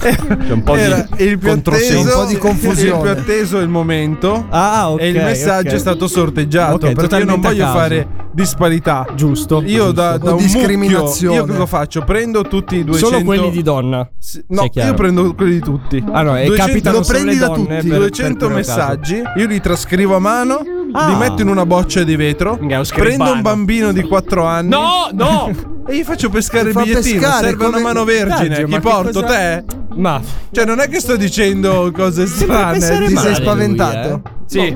C'è un po'
Era il più atteso,
un po' di
Il più
confusione.
atteso è il momento.
Ah, ok.
e il messaggio
ok.
è stato sorteggiato.
Ok,
perché io non
totalmente a
voglio
caso.
fare disparità.
Giusto.
Io da, da
O
un mucchio,
discriminazione.
io cosa faccio? Prendo tutti i 200
Solo quelli di donna.
Sì, No,
Sei chiaro.
io prendo quelli di tutti.
Ah, no, e capitano
lo
solo
prendi
le
da
donne
tutti.
per- per
200
quel caso. Ah.
messaggi, io li trascrivo a mano, li metto in una boccia di vetro,
Minchia, è uno
prendo
scrivano.
un bambino di 4 anni
No, no!
e gli faccio pescare il
Fa
bigliettino,
pescare,
serve
come-
una mano vergine,
Daggio,
chi
ma che
porto
cosa-
te?
Ma
Cioè non è che sto dicendo cose strane,
Ti
ti sei
sei
sp-
eh.
spaventato?
Sì.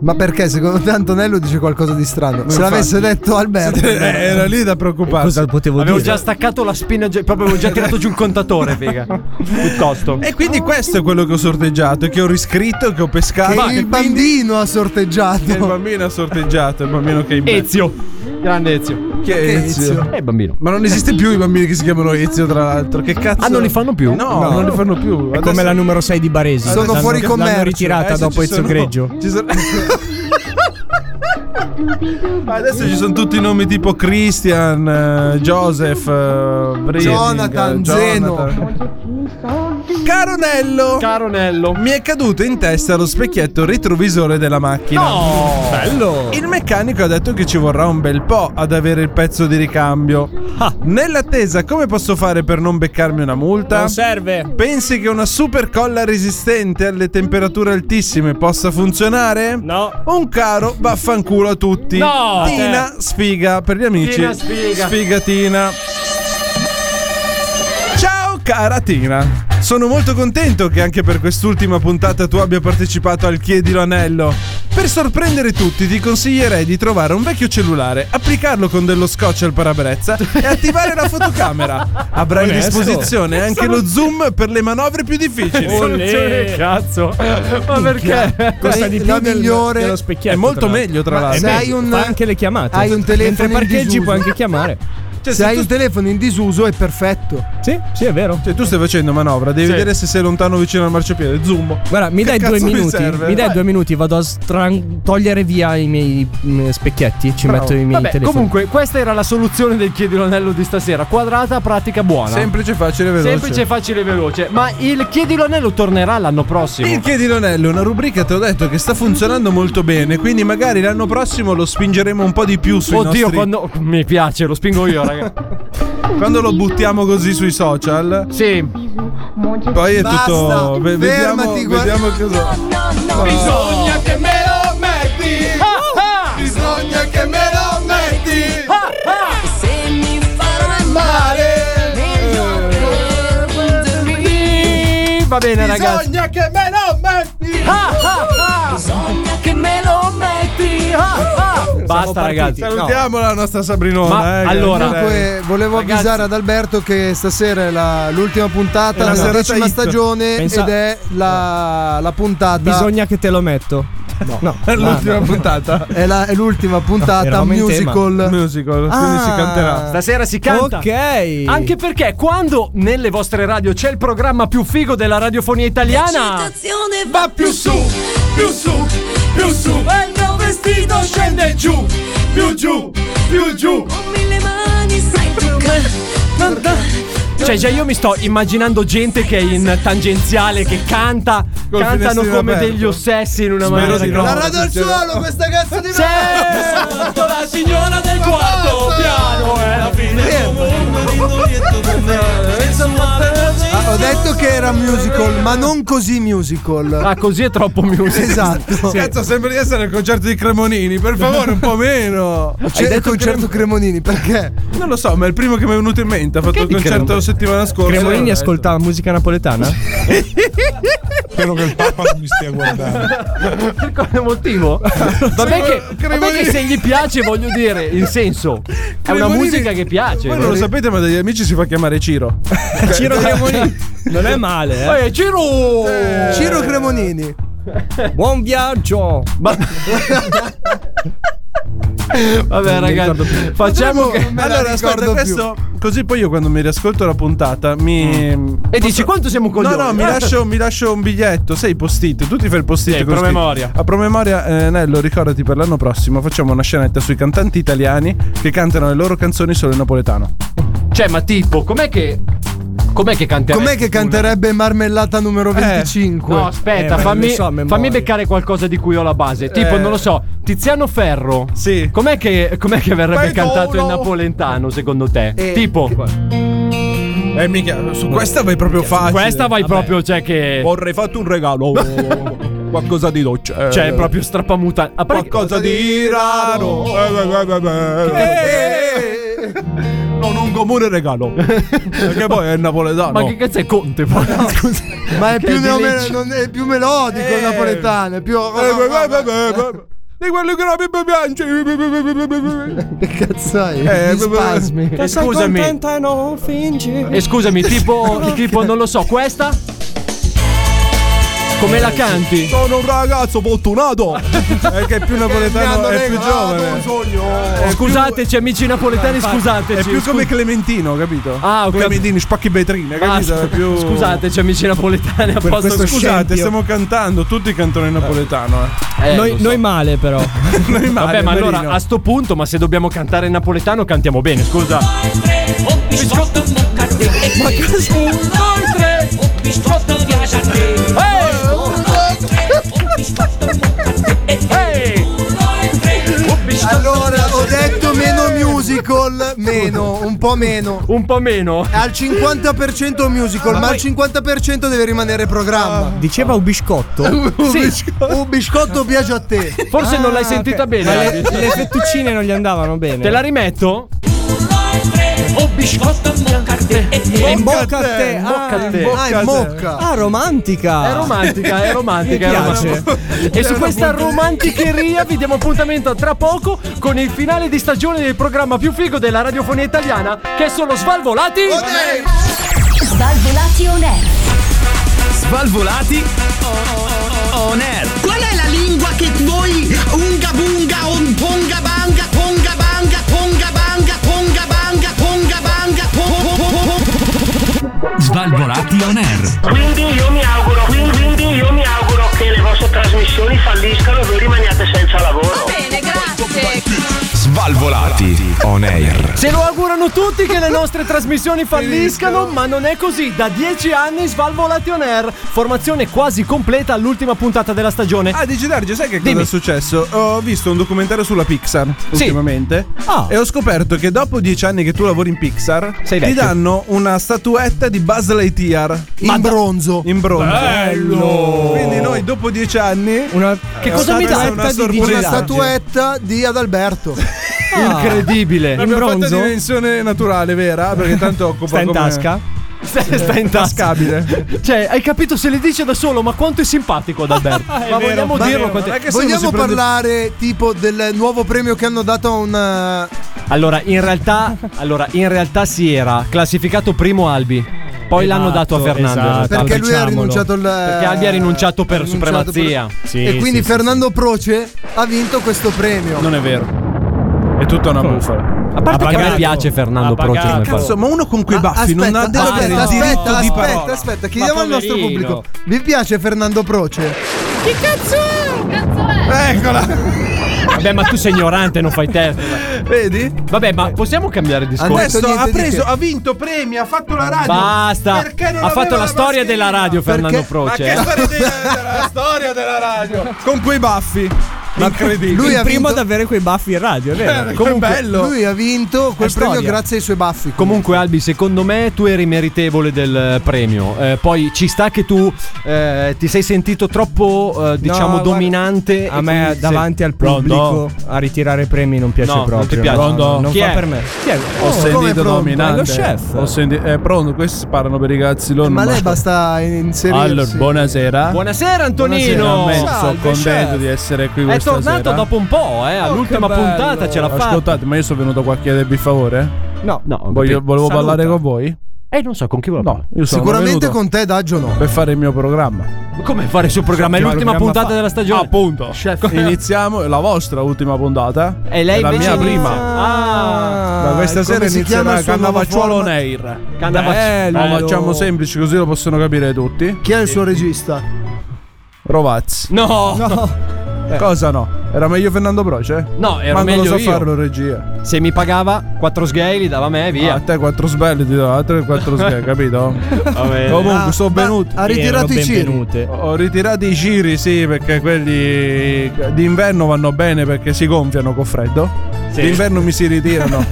Ma perché secondo te Antonello dice qualcosa di strano? Se
Infatti.
l'avesse detto Alberto.
Eh, era lì da preoccuparsi.
cosa potevo
Avevo
dire?
già staccato la spina, ge- proprio avevo già tirato giù il contatore, figa. Piuttosto.
E quindi questo è quello che ho sorteggiato, che ho riscritto, che ho pescato.
Che
Ma
il
quindi-
bambino ha
che il
sorteggiato.
bambino ha sorteggiato, il bambino che è in
Ezio. Grande Ezio.
Chi è Ezio?
Eh, bambino.
Ma non esiste più i bambini che si chiamano Ezio, tra l'altro. Che cazzo?
Ah, non li fanno più?
No,
No.
non li fanno più.
È come la numero 6 di Baresi.
Sono
L'hanno-
fuori commercio.
L'hanno ritirata
Adesso
dopo
ci
Ezio
sono-
Greggio.
ci sono- Adesso ci sono tutti i nomi tipo Christian, eh, Joseph, eh, Britting,
Jonathan,
eh,
Zeno.
Caronello.
Caronello.
Mi è caduto in testa lo specchietto retrovisore della macchina.
No! Bello!
Il meccanico ha detto che ci vorrà un bel po' ad avere il pezzo di ricambio.
Ah.
Nell'attesa, come posso fare per non beccarmi una multa?
Non serve.
Pensi che una super colla resistente alle temperature altissime possa funzionare?
No.
Un caro vaffanculo a tutti.
No!
Tina sfiga per gli amici.
Tina sfiga.
Sfigatina. Ciao cara Tina. Sono molto contento che anche per quest'ultima puntata tu abbia partecipato al Chiedilo Anello. Per sorprendere tutti ti consiglierei di trovare un vecchio cellulare, applicarlo con dello scotch al parabrezza e attivare la fotocamera. Avrai a
Onesto.
disposizione anche lo zoom per le manovre più difficili. Cioè,
Soluzione, cazzo. Ma perché?
Costa di
È
più
la
del-
migliore-
dello specchietto.
È molto
l'altro.
meglio, tra
Ma
l'altro.
è
Se hai
meglio,
un-
fa anche le chiamate.
hai un telefono
Mentre
in
parcheggi
disuso.
puoi anche chiamare.
Cioè,
Se
se
hai
tu
un telefono in disuso è perfetto.
Sì, sì, è vero.
Cioè, tu stai facendo manovra, devi
Sì.
vedere se sei lontano o vicino al marciapiede. Zoom.
Guarda, mi
Che
dai due
cazzo mi
minuti.
serve?
Mi, dai
Vai.
due minuti, vado a stran- togliere via i miei mm, specchietti. Ci metto i miei
Vabbè,
telefoni.
comunque, questa era la soluzione del chiedilo anello di stasera. Quadrata, pratica, buona.
Semplice, facile, veloce.
Semplice, facile e veloce. Ma il chiedilo anello tornerà l'anno prossimo.
Il chiedilonello è una rubrica, te l'ho detto, che sta funzionando molto bene. Quindi magari l'anno prossimo lo spingeremo un po' di più sui
Oddio,
nostri-
quando. Mi piace, lo spingo io, raga.
Quando lo buttiamo così sui social.
sì.
Poi è
Basta,
tutto. ve- vediamo,
fermati, guarda-
vediamo cosa.
Bisogna che me lo metti
Ah,
Bisogna che me lo metti
ah.
Se mi farai male
Va bene, ragazzi. Ah,
Bisogna che me lo metti Bisogna che me lo metti
Ah, Basta, ragazzi.
Salutiamo la nostra Sabrinona.
Ma
eh, che-
allora-
Comunque, volevo
Ragazzi.
avvisare ad Alberto che stasera è la- l'ultima puntata
È la
della
serata
decima
hit.
stagione
Pensa-
ed è la, la puntata.
Bisogna che te lo metto. No, no.
è l'ultima puntata.
È, la- è l'ultima puntata
eravamo in
musical.
Musical, quindi
Ah.
si canterà.
Stasera si canta.
Ok.
Anche perché quando nelle vostre radio c'è il programma più figo della radiofonia italiana.
Va più su, più su, più su E il mio vestito scende giù, più giù, più giù
Eh, Cioè, già io mi sto immaginando gente che è in tangenziale, che canta,
Col
cantano
finestrino
come
aperto.
degli ossessi in una
Spero
maniera.
di no.
La rado al suolo, questa cazzo di
C'è sotto la signora del quarto piano. È la fine.
Ah, Ho detto che era musical, ma non così musical.
Ah, così è troppo music.
Esatto.
Cazzo, sembra di essere al concerto di Cremonini. Per favore, un po' meno.
C'era Cioè, il concerto Cremonini, perché?
Non lo so, ma è il primo che mi è venuto in mente. Ha fatto il
di
concerto
Cremonini?
la settimana scorsa.
Cremonini
Eh,
ascolta musica napoletana?
Spero che il Papa non mi stia guardando.
Per quale motivo? Vabbè che, vabbè che se gli piace, voglio dire, in senso, è una
Cremonini-
musica che piace.
Voi non lo sapete, ma dagli amici si fa chiamare Ciro. Cioè,
Ciro Cremonini. Non è male, eh.
Eh, Ciro!
Ciro Cremonini.
Buon viaggio.
Vabbè, ragazzi,
Diciamo
facciamo che.
Diciamo allora, aspetta,
ricordo
questo. Così poi io quando mi riascolto la puntata mi.
Mm.
E dici quanto siamo
No,
coglioni?
no, mi lascio, mi lascio un biglietto. Sei post-it. Tu ti fai il post-it.
Sì,
con
promemoria.
scritto. A promemoria, eh, Nello, ricordati per l'anno prossimo. Facciamo una scenetta sui cantanti italiani che cantano le loro canzoni solo in napoletano.
Cioè, ma tipo, com'è che. Com'è che canterà?
Com'è che canterebbe Marmellata
Eh.
numero 25?
No, aspetta,
Eh,
fammi,
non so a memoria.
fammi beccare qualcosa di cui ho la base. Tipo,
Eh.
non lo so, Tiziano Ferro.
Sì.
Com'è che, com'è che verrebbe
Fai
cantato in
solo.
napoletano, secondo te? tipo,
Eh, mica, su questa vai proprio facile.
questa vai proprio, cioè che.
Vorrei farti un regalo. Qualcosa di dolce.
Cioè, è proprio strappamuta. A parte che-
Qualcosa di raro. Eh. Non un comune regalo. Perché poi è napoletano.
Ma che cazzo è Conte? poi? Scusa.
Ma è
Che
più,
di
neo-
legge.
non è più melodico il napoletano, è più.
Di quelli che mi piace.
Che cazzo hai?
Eh,
Gli spasmi.
E scusami,
Contenta e non fingi.
Eh, e scusami, tipo, tipo, non lo so, questa? Come la canti?
Sono un ragazzo fortunato. è Eh, che è più napoletano, è più giovane. È
Scusateci, amici napoletani, scusateci.
È più come
Eh, Scu-
Clementino, capito?
Ah, ok.
Clementini, spacchi vetrine, capito?
Basta.
È più-
Scusateci, amici napoletani. A
Per
posto,
questo scusate, stiamo cantando tutti i cantoni napoletano. Eh.
Noi-
noi
male, però.
Noi male,
Vabbè, ma
Marino.
allora a sto punto, ma se dobbiamo cantare in napoletano, cantiamo bene, scusa.
Ma che Un, due, tre Un bistrotto piace a te
Eh!
Un, due, tre Un bistrotto
Eh!
Allora, ho detto meno musical, meno, un po' meno.
Un po' meno.
Al 50% musical, ma, al 50% deve rimanere
Ah.
programma.
Diceva un biscotto.
Un biscotto piace a te.
Forse non l'hai
Ah,
sentita
ok.
bene.
Ma le,
Adi.
le fettuccine non gli andavano bene.
Te la rimetto?
Un biscotto piace a
Eh,
te
In bocca a te.
In bocca a te.
Ah, in bocca. Ah, romantica.
È romantica, è romantica.
Mi
è
piace.
romantica. E su
Era
questa
molto-
romanticheria vi diamo appuntamento tra poco con il finale di stagione del programma più figo della radiofonia italiana, che sono Svalvolati.
Svalvolati on air.
Svalvolati on air.
Qual è la lingua che voi unga bunga un ponga banga ponga banga ponga banga ponga banga ponga banga po- po- po- po- po-
Svalvolati on air.
Quindi io mi auguro, quindi, quindi io mi auguro che le vostre trasmissioni falliscano e voi rimaniate senza lavoro.
Bene, grazie
Svalvolati on air.
Se lo augurano tutti che le nostre trasmissioni falliscano, ma non è così. Da 10 anni Svalvolati on air, formazione quasi completa all'ultima puntata della stagione.
Ah, dici Darge, sai che cosa
Dimmi.
è successo? Ho visto un documentario sulla Pixar
Sì.
ultimamente
Ah.
e ho scoperto che dopo dieci anni che tu lavori in Pixar ti
vecchio.
danno una statuetta di Buzz Lightyear in bronzo. In bronzo.
Bello!
Quindi noi dopo dieci anni
Una statuetta di Una statuetta di Adalberto.
Incredibile. In
L'abbiamo fatta
bronzo?
in dimensione naturale, vera? Perché tanto occupa
Sta in
come-
tasca? Sta, sta in tasca. Cioè, hai capito se le dice da solo, ma quanto è simpatico ad Alberto. ma vogliamo dirlo quanto
Vogliamo parlare tipo del nuovo premio che hanno dato a un.
Allora, in realtà, allora, in realtà si era classificato primo Albi. Poi
Esatto,
l'hanno dato a Fernando. in realtà,
Perché lui ha
diciamolo.
rinunciato al.
Perché Albi ha rinunciato per
ha rinunciato
supremazia.
per- e quindi Fernando Proce ha vinto questo premio.
Non è vero. È tutta una bufala.
A parte che a me piace Fernando Proce. come
Cazzo,
persona.
ma uno con quei
Ah,
baffi
aspetta,
non ha deve avere
aspetta,
il diritto
aspetta,
di
aspetta,
parola.
aspetta, chiediamo al nostro
poverino.
pubblico. Vi piace Fernando Proce?
Che cazzo è? Cazzo è?
Eccola
Vabbè, ma tu sei ignorante, non fai testa.
Vedi?
Vabbè, ma possiamo cambiare discorso?
Adesso ha preso, ha vinto premi, ha fatto la radio.
Basta.
Perché non
Ha fatto
aveva
la storia della radio, Fernando Proce. eh.
la storia della radio? Con quei baffi. Incredibile.
Lui è il primo
vinto-
ad avere quei baffi in radio, è vero?
Eh, che bello.
Lui ha vinto quel
È
premio
storia.
grazie ai suoi baffi.
Comunque Albi, secondo me tu eri meritevole del eh, premio. Eh, poi ci sta che tu eh, ti sei sentito troppo, eh, diciamo,
guarda,
dominante.
A me davanti al pubblico a ritirare premi non piace
No, non
proprio.
ti piace.
no, no,
Pronto?
non
Chi
fa
è?
per me.
Chi è?
Ho sentito nominante.
È lo chef.
Ho sentito. È pronto, questi parlano per i cazzi loro.
Ma
non
lei
basta-
basta inserire.
Allora, buonasera.
Buonasera Antonino.
Buonasera, immenso,
Salve,
contento
chef.
di essere qui
È
questa
tornato
sera.
dopo un po', eh, all'ultima
che bello.
puntata ce l'ha fatta.
Ascoltate, ma io sono venuto qua a chiedervi favore.
No,
no,
Voglio-
capito.
volevo
Saluta.
parlare con voi?
Eh, non so con chi vuole. No,
Io sono
Sicuramente
venuto
con te, Daggio, no.
per fare il mio programma.
Come fare il suo programma? È
Ma
l'ultima
programma
puntata
fa-
della stagione.
Appunto.
Chef.
Iniziamo la vostra ultima puntata.
E lei
è la
invece
mia
inizia-
prima.
Ah,
Da questa sera
Eh, come si chiama
inizierà
il suo
Cannavacciuolo
nuovo format?
Neir.
Cannavacci-
Bello. Eh, Lo
Bello.
facciamo semplice così lo possono capire tutti.
Chi è il suo regista?
Rovazzi.
No.
Eh.
Cosa no? Era meglio Fernando Proce?
No, ero
Ma non
meglio
lo so
io.
farlo regia.
Se mi pagava 4 sgay li dava a me,
Ah,
via.
a te quattro sbelli ti do, a te quattro sbelli, capito? Comunque, sono venuto.
Ah, Ha ritirato i ciri.
Ho ritirato i giri, sì, perché quelli d'inverno vanno bene perché si gonfiano col freddo. D'inverno mi si ritirano.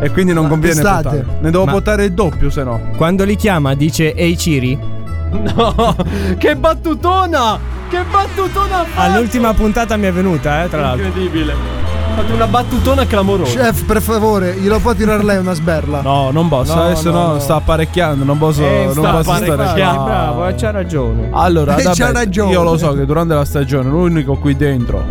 e quindi non conviene
d'estate?
portare. Ne devo
Ma-
portare il doppio, se no.
Quando li chiama dice Ehi Ciri.
No, che battutona! Che battutona! ha fatto!
All'ultima puntata mi è venuta, eh, tra l'altro.
Incredibile. Ha fatto una battutona clamorosa.
Chef, per favore, glielo può tirare lei una sberla?
No, non posso,
No,
adesso
no,
no, Eh,
no.
sta apparecchiando, non posso, non
Sta
posso
fare-
stare
Sì,
qua.
bravo, eh, c'ha ragione.
Allora,
E Eh, c'ha
vabbè,
ragione.
io lo so che durante la stagione l'unico qui dentro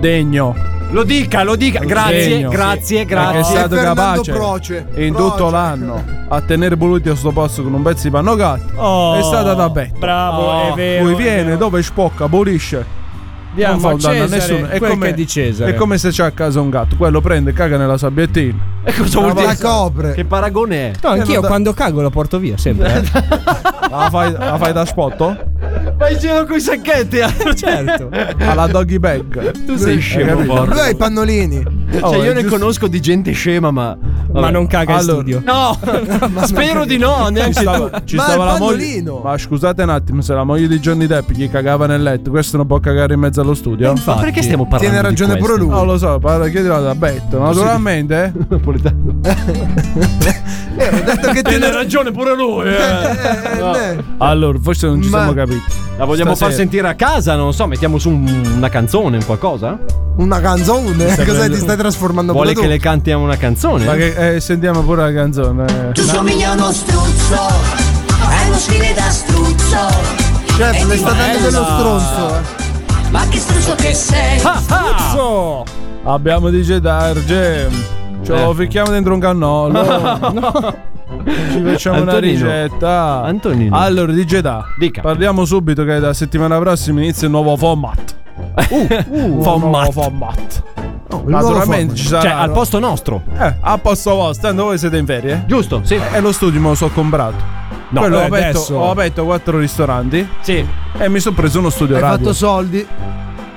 degno
Lo dica, lo dica. Grazie,
Genio.
grazie,
Sì. Eh,
grazie.
È stato capace e in tutto
Proce.
l'anno a tenere voluti a sto posto con un pezzo di panno gatto.
Oh.
è stata da betta.
Bravo, è vero,
Lui
è
viene dove spocca, bolisce.
Diamo
non fa
a
un danno a
Cesare
nessuno. È
quel
come,
che è di Cesare.
È come se c'è a casa un gatto. Quello prende e caga nella sabbiettina.
E Eh, cosa vuol
La
dire?
copre.
Che paragone è?
No, anch'io quando cago la porto via, sempre. eh.
La fai, la fai da spotto?
Vai in giro con i sacchetti, eh? certo.
Alla doggy bag.
Tu sei
Hai
scemo,
capito?
porco.
Lui ha i pannolini.
Oh,
cioè,
è
io ne
giusto.
conosco di gente scema, ma. vabbè.
non caga in studio.
No, spero di no.
Ci
Neanche tu.
stava, ci stava la moglie. Ma scusate un attimo, se la moglie di Johnny Depp gli cagava nel letto, questo non può cagare in mezzo allo studio.
infatti. Ma perché stiamo parlando Tiene di ragione questo? pure lui.
Non lo so, parla, chiedilo da Betto. Naturalmente,
detto che
Tiene ragione pure lui. eh.
allora, forse non ci
Ma-
siamo capiti.
La vogliamo
Stasera.
far sentire a casa? Non lo so, mettiamo su un- una canzone, un qualcosa?
Una canzone?
Stai
Cos'è?
prendendo-
Ti stai trasformando
Vuole
pure
che
tu?
le cantiamo una canzone?
Ma che, eh, sentiamo pure la canzone. eh.
Tu somigli a uno struzzo, hai uno stile da struzzo.
Chef,
E
le
ti
sta dando
bella.
dello stronzo. eh.
Ma che struzzo che sei?
Struzzo! Abbiamo DJ Darge. Ce lo
Eh.
ficchiamo dentro un cannolo. Ci facciamo una
Antonino.
ricetta.
Antonino.
Allora, DJ Da.
Dica.
Parliamo subito che da settimana prossima inizia il nuovo format.
Uh,
un nuovo
format. Oh,
format.
Naturalmente
Naturalmente ci sarà.
Cioè, al posto nostro.
Eh, a posto vostro, tanto voi siete in ferie.
Giusto, sì.
E lo studio me lo so comprato.
No,
Quello
eh,
ho, aperto,
adesso-
ho aperto quattro ristoranti.
Sì.
E Eh, mi sono preso uno studio
Hai
radio.
fatto soldi.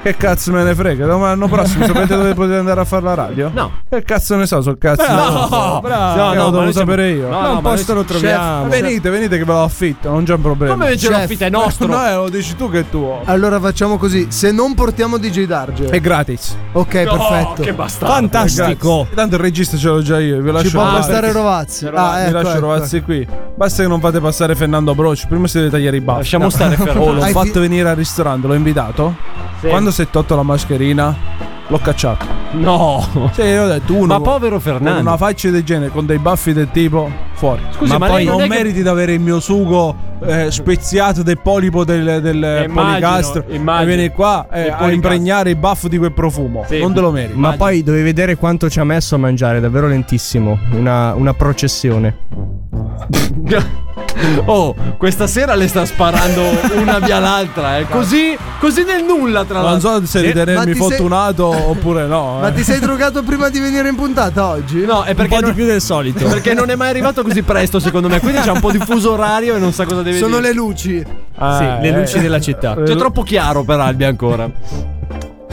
Che cazzo me ne frega? L'anno prossimo sapete dove potete andare a fare la radio?
No.
Che cazzo ne so sul cazzo?
Bravo, bravo.
No, no, lo
No, no, ma
devo
noi siamo-
sapere io.
no, no, ma noi- Chef,
venite, venite che ve lo affitto, non c'è un problema.
Come ce
Chef.
l'offitta è nostro?
No, eh, lo dici tu che è tuo.
Allora facciamo così: se non portiamo DJ Darge,
È gratis.
ok,
No,
perfetto.
Che bastardo.
È gratis. Tanto il regista ce l'ho già io, vi lascio
Ci può
fare.
bastare Rovazzi. Ah,
Vi
ecco,
lascio
ecco,
Rovazzi qui. Basta che non fate passare Fernando Broci. Prima si deve tagliare i baffi.
Lasciamo stare Ferrari.
Oh, l'ho
Hai
fatto
fi-
venire al ristorante, l'ho invitato. Quando si è tolto la mascherina, l'ho cacciato.
No.
Sì, io ho detto uno.
Ma povero
Con
Fernando.
una faccia del genere, con dei baffi del tipo, fuori.
Scusi, ma lei
poi
non
non
è che-
meriti di avere il mio sugo eh, speziato del polipo del, del eh,
Immagino,
policastro. E
immagino.
vieni qua eh,
Del
a
policastro.
impregnare il baffo di quel profumo.
Sì.
Non te lo meriti.
Ma poi devi vedere quanto ci ha messo a mangiare, davvero lentissimo. Una, una processione.
Oh, questa sera le sta sparando una via l'altra, eh. Così, così nel nulla, tra
non
l'altro.
so se
Sì.
ma
ritenermi
ti sei-
fortunato oppure no.
Ma
eh.
ti sei drogato prima di venire in puntata oggi?
No, è perché, non,
più del solito.
perché non è mai arrivato così presto, secondo me. Quindi c'è un po' di fuso orario e non sa cosa deve
Sono
dire.
le luci.
Ah,
le
eh.
luci della città.
C'è troppo chiaro per Albi ancora.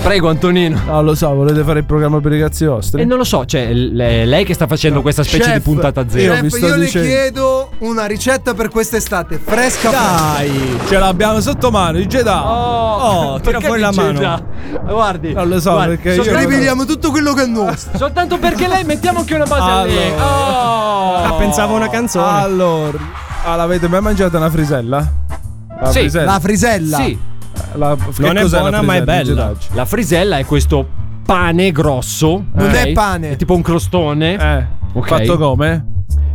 Prego, Antonino.
No, lo so, volete fare il programma per i cazzi vostri?
E non lo so, cioè, l- è lei che sta facendo questa specie
Chef,
di puntata zero.
Chef,
vi sto
io le
dicendo-
chiedo una ricetta per quest'estate, fresca
Dai, ce l'abbiamo sotto mano, il Jedi.
Oh,
tira
perché
fuori la
dice
mano.
già? Guardi,
Non lo so,
guardi,
perché
soltanto-
io-
Prevediamo tutto quello che è nostro.
Soltanto perché lei mettiamo anche una base a lei. Oh.
Ah, pensavo a una canzone.
Allora, ah, l'avete mai mangiata una frisella? La
Sì.
frisella.
La frisella.
Sì,
La-
Non
che
è
cos'è la
buona, ma è
frisella, il
bella.
Jedi?
la frisella è questo pane grosso.
Non
ok?
è pane.
È tipo un crostone.
Eh,
Ok.
fatto come?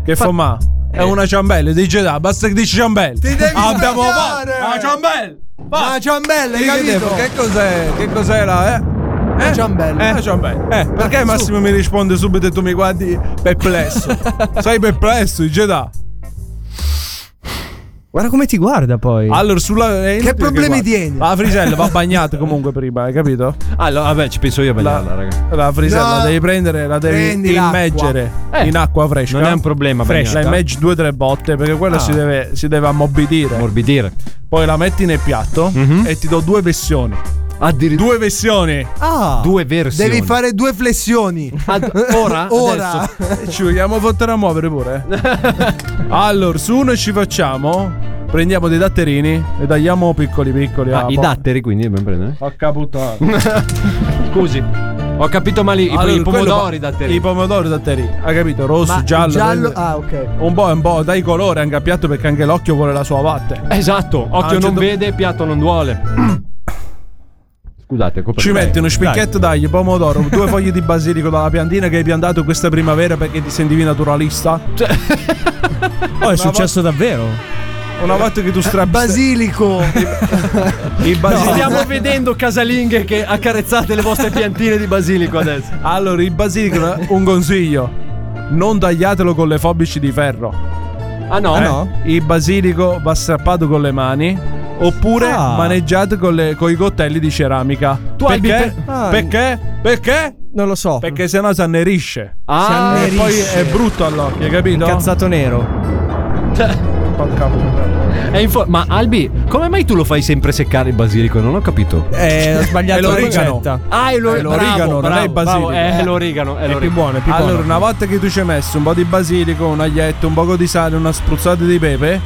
Che fa ma? È una ciambella, dice da, basta che dici ciambella.
Ti devi
Abbiamo
svegliare!
fatto la ciambella.
Ma la ciambella, hai capito?
Che cos'è? Che cos'è la eh?
La ciambella.
Eh, ciambella. Eh, perché Massimo mi risponde subito e tu mi guardi perplesso? Sei perplesso, dice da.
Guarda come ti guarda poi.
Allora, sulla. è inutile
problemi
guardi.
tieni?
La frisella va bagnata comunque prima, hai capito?
Allora, Ah, vabbè, ci penso io a bagnarla, raga.
La frisella
No.
la devi prendere, la devi
Prendi l'acqua.
immergere
Eh.
in acqua fresca.
Non è un problema,
La
bagnarla.
immergi due o tre botte perché quella
Ah.
si, deve, si deve ammorbidire.
Morbidire.
Poi la metti nel piatto
Mhm.
e ti do due versioni.
Addirittura
Due versioni.
Ah,
due versioni.
devi fare due flessioni.
Ad- ora?
Ora.
Adesso? Ah,
Ci vogliamo fottere a muovere pure. allora, su uno ci facciamo. Prendiamo dei datterini e tagliamo piccoli piccoli. a
Ah, i
bo-
datteri, quindi dobbiamo prendere.
Porca puttana.
Scusi. Ho capito male i,
Allora,
i pomodori
Ah, quello-
datterini.
I pomodori datterini. Hai capito? Rosso,
Ma
giallo.
giallo-
verde.
Ah, ok.
Un po' un po' dai colore anche a piatto perché anche l'occhio vuole la sua vatte.
Esatto, occhio
Ah, certo.
non vede, piatto non duole. Scusate, è colpa
Ci
di me.
metti uno spicchietto d'aglio, pomodoro, due foglie di basilico dalla piantina che hai piantato questa
Cioè
primavera perché ti sentivi naturalista.
Oh, è successo davvero.
Una volta che tu strappi.
Eh, Basilico.
Il basilico.
Stiamo vedendo casalinghe che accarezzate le vostre piantine di basilico adesso.
Allora, il basilico è un consiglio. Non tagliatelo con le forbici di ferro.
Ah no?
Eh, Il basilico va strappato con le mani. Oppure
Ah.
maneggiato con, le- con i coltelli di ceramica.
Tu
perché?
albi per- Ah.
Perché? Perché?
Non lo so.
Perché sennò si annerisce.
Ah.
Si annerisce.
Si annerisce.
E poi è brutto all'occhio, hai capito? Cioè,
Incazzato nero.
Porca puttana.
È in for- ma Albi, come mai tu lo fai sempre seccare il basilico? Non ho capito.
Eh, ho
È
sbagliato la
l'origano.
ricetta.
Ah, è l'ori-
È l'origano,
bravo,
Eh, non
bravo, Eh,
è il
bravo,
basilico.
è l'origano, è
È più
l'origano.
buono, è più Allora, una volta che tu ci hai messo un po' di basilico, un aglietto, un po' di sale, una spruzzata di pepe,